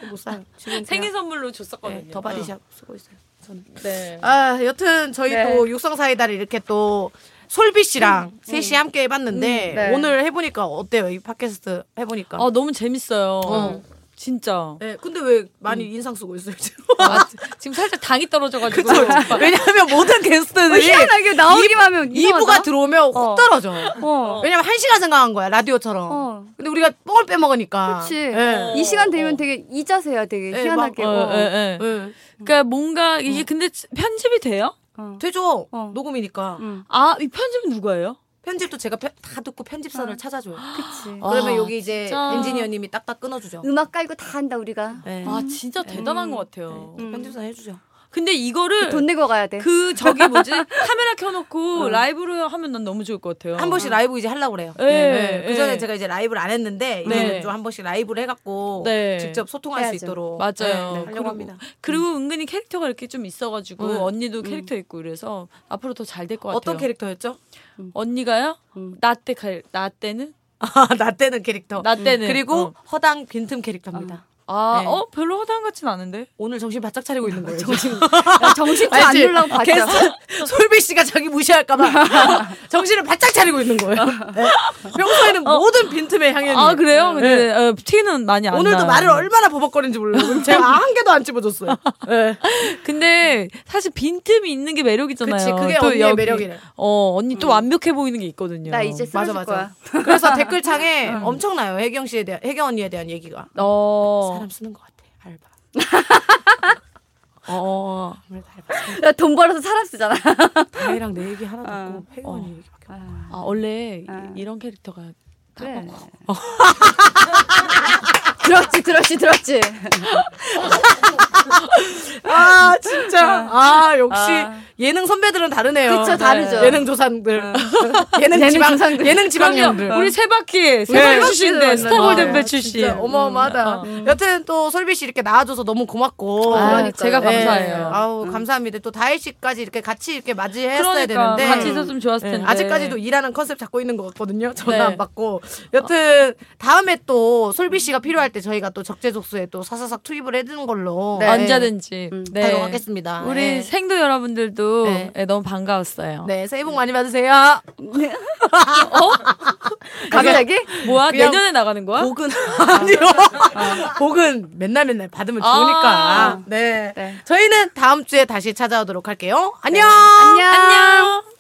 [SPEAKER 1] 저못 사요. 지금
[SPEAKER 3] 생일
[SPEAKER 1] 생일
[SPEAKER 3] 선물로 줬었거든요.
[SPEAKER 1] 네, 더바디샵 쓰고 있어요. 저는.
[SPEAKER 3] 네.
[SPEAKER 1] 아, 여튼 저희
[SPEAKER 2] 네.
[SPEAKER 1] 또 육성 사이다를 이렇게 또 솔비 씨랑 셋이 함께 해봤는데
[SPEAKER 2] 음, 네.
[SPEAKER 1] 오늘 해보니까 어때요? 이 팟캐스트 해보니까.
[SPEAKER 3] 아 너무 재밌어요.
[SPEAKER 1] 어.
[SPEAKER 3] 진짜.
[SPEAKER 1] 네, 근데 왜
[SPEAKER 2] 음.
[SPEAKER 1] 많이 인상 쓰고 있어요 지금? *laughs*
[SPEAKER 3] 아, 지금 살짝 당이 떨어져가지고.
[SPEAKER 1] 왜냐하면 모든
[SPEAKER 2] 어,
[SPEAKER 1] 네. 게스트들이
[SPEAKER 2] 희한하게 나오기만 하면 이상하다?
[SPEAKER 1] 2부가 들어오면
[SPEAKER 2] 어.
[SPEAKER 1] 확 떨어져.
[SPEAKER 2] 어.
[SPEAKER 1] 왜냐면 한 시간 생각한 거야 라디오처럼.
[SPEAKER 2] 어.
[SPEAKER 1] 근데 우리가 뻥을 빼먹으니까.
[SPEAKER 2] 그렇지.
[SPEAKER 1] 예.
[SPEAKER 2] 이 시간 되면
[SPEAKER 3] 어.
[SPEAKER 2] 되게 이 자세야 되게
[SPEAKER 1] 예,
[SPEAKER 2] 희한하게.
[SPEAKER 1] 막,
[SPEAKER 2] 어,
[SPEAKER 3] 예, 예.
[SPEAKER 1] 예.
[SPEAKER 3] 그러니까 뭔가 이게 근데 편집이 돼요?
[SPEAKER 2] 어.
[SPEAKER 1] 되죠.
[SPEAKER 2] 어.
[SPEAKER 1] 녹음이니까.
[SPEAKER 2] 응.
[SPEAKER 3] 아, 이 편집은 누가 해요?
[SPEAKER 1] 편집도 제가 펴- 다 듣고 편집선을
[SPEAKER 2] *gasps*
[SPEAKER 1] 찾아줘요.
[SPEAKER 2] 그치.
[SPEAKER 3] 아,
[SPEAKER 1] 그러면 여기 이제
[SPEAKER 3] 진짜.
[SPEAKER 1] 엔지니어님이 딱딱 끊어주죠.
[SPEAKER 2] 음악 깔고 다 한다 우리가.
[SPEAKER 1] 네.
[SPEAKER 3] 아, 진짜 대단한 것 같아요.
[SPEAKER 2] 음.
[SPEAKER 1] 어, 편집선 해주죠.
[SPEAKER 3] 근데 이거를
[SPEAKER 2] 돈 내고 가야 돼.
[SPEAKER 3] 네. 그 저기
[SPEAKER 1] *laughs*
[SPEAKER 3] 뭐지? 카메라 켜놓고 라이브로 하면 난 너무 좋을 것 같아요.
[SPEAKER 1] 어. 한 번씩 라이브 이제 하려고 그래요.
[SPEAKER 3] 어. 예, 예.
[SPEAKER 1] 그 전에 제가 이제 라이브를 안 했는데
[SPEAKER 3] 네.
[SPEAKER 1] 이제는 좀 한 번씩 라이브를 해갖고
[SPEAKER 3] 네.
[SPEAKER 1] 직접 소통할
[SPEAKER 2] 해야죠.
[SPEAKER 1] 수 있도록
[SPEAKER 3] 맞아요.
[SPEAKER 1] 네, 네, 하려고
[SPEAKER 3] 그리고-
[SPEAKER 1] 합니다.
[SPEAKER 3] 그리고 은근히 캐릭터가 이렇게 좀 있어가지고
[SPEAKER 1] 음.
[SPEAKER 3] 언니도 캐릭터 있고 그래서 앞으로 더 잘 될 것 같아요.
[SPEAKER 1] 어떤 캐릭터였죠? *laughs*
[SPEAKER 3] 언니가요?
[SPEAKER 2] 음.
[SPEAKER 3] 나 때 갈, 나 때는?
[SPEAKER 1] 아, 나 때는 캐릭터.
[SPEAKER 3] 나 때는.
[SPEAKER 1] 그리고
[SPEAKER 3] 어.
[SPEAKER 1] 허당 빈틈 캐릭터입니다.
[SPEAKER 3] 아,
[SPEAKER 1] 네.
[SPEAKER 3] 어 별로 허당 같진 않은데.
[SPEAKER 1] 오늘 정신 바짝 차리고 있는 거예요. 정신
[SPEAKER 2] 야, 정신 좀 안
[SPEAKER 1] 알지?
[SPEAKER 2] 놀라고 봤죠.
[SPEAKER 1] 게스트 *laughs* 솔비 씨가 자기
[SPEAKER 3] *laughs*
[SPEAKER 1] 무시할까봐 정신을 바짝 차리고 있는 거예요. 네. 평소에는 모든 빈틈에 향해.
[SPEAKER 3] 어. 아 그래요? 근데
[SPEAKER 1] 네.
[SPEAKER 3] 어, 티는 많이 안 나.
[SPEAKER 1] 오늘도 말을 얼마나 버벅거리는지 몰라요. 제가 한 개도 안
[SPEAKER 3] *laughs*
[SPEAKER 1] 집어줬어요. 네.
[SPEAKER 3] 근데 사실 빈틈이 있는 게 매력이잖아요.
[SPEAKER 1] 그치, 그게
[SPEAKER 3] 또
[SPEAKER 1] 언니의
[SPEAKER 3] 여기-
[SPEAKER 1] 매력이래. 음.
[SPEAKER 3] 어 언니 또 완벽해 보이는 게 있거든요.
[SPEAKER 2] 나 이제 쓰러질 거야.
[SPEAKER 1] 그래서 댓글창에 엄청나요. 혜경 씨에 대한 혜경 언니에 대한 얘기가
[SPEAKER 3] 어,
[SPEAKER 1] 사람 쓰는 것 같아. 알바.
[SPEAKER 3] 어,
[SPEAKER 1] 아무래도 알바. 쓰는
[SPEAKER 2] 나 돈 벌어서 사람 쓰잖아.
[SPEAKER 1] 것 같아. 다혜랑 내 얘기 하나도 없고 혜경 언니 얘기밖에. 아. 없어.
[SPEAKER 3] 아, 원래
[SPEAKER 2] 아.
[SPEAKER 3] 이- 이런 캐릭터가
[SPEAKER 1] 네.
[SPEAKER 2] 그래. *laughs* 들었지, 들었지, 들었지.
[SPEAKER 1] 아 진짜. 아 역시 예능 선배들은 다르네요.
[SPEAKER 2] 그쵸, 다르죠.
[SPEAKER 1] 예능 조상들. *laughs* 예능
[SPEAKER 2] 예능
[SPEAKER 1] 지방
[SPEAKER 2] 조상들.
[SPEAKER 1] 예능 지방령들.
[SPEAKER 3] 그럼요. 우리 세바퀴
[SPEAKER 1] 네.
[SPEAKER 3] 세바퀴 출신인데
[SPEAKER 2] 맞네.
[SPEAKER 3] 스타골든벨
[SPEAKER 1] 아,
[SPEAKER 3] 출신.
[SPEAKER 1] 진짜 어마어마하다.
[SPEAKER 3] 음,
[SPEAKER 1] 여튼 또 솔비 씨 이렇게 나와줘서 너무 고맙고.
[SPEAKER 3] 아,
[SPEAKER 2] 그러니까요.
[SPEAKER 3] 제가
[SPEAKER 1] 네.
[SPEAKER 3] 감사해요.
[SPEAKER 1] 아우 감사합니다. 또 다혜 씨까지 이렇게 같이 이렇게 맞이했어야
[SPEAKER 3] 그러니까
[SPEAKER 1] 되는데
[SPEAKER 3] 같이 있었으면 좋았을
[SPEAKER 1] 네,
[SPEAKER 3] 텐데.
[SPEAKER 1] 아직까지도 일하는 컨셉 잡고 있는 것 같거든요. 전화
[SPEAKER 3] 네.
[SPEAKER 1] 안 받고. 여튼 다음에 또 솔비 씨가 필요할 때 저희가 또 적재적소에 또 사사삭 투입을 해주는 걸로
[SPEAKER 2] 네.
[SPEAKER 3] 어, 언제든지. 네.
[SPEAKER 1] 음, 다녀가겠습니다.
[SPEAKER 3] 우리
[SPEAKER 1] 네.
[SPEAKER 3] 생도 여러분들도
[SPEAKER 1] 네.
[SPEAKER 3] 예, 너무 반가웠어요.
[SPEAKER 1] 네 새해 복 많이 받으세요.
[SPEAKER 3] 네.
[SPEAKER 1] *laughs*
[SPEAKER 2] 갑자기?
[SPEAKER 3] 어? 뭐야?
[SPEAKER 1] 그냥
[SPEAKER 3] 내년에 나가는 거야?
[SPEAKER 1] 복은 아니요. *laughs* 복은 맨날 맨날 받으면
[SPEAKER 3] 아.
[SPEAKER 1] 좋으니까. 네.
[SPEAKER 2] 네.
[SPEAKER 3] 네.
[SPEAKER 1] 저희는 다음 주에 다시 찾아오도록 할게요. 안녕.
[SPEAKER 2] 안녕.
[SPEAKER 3] 안녕.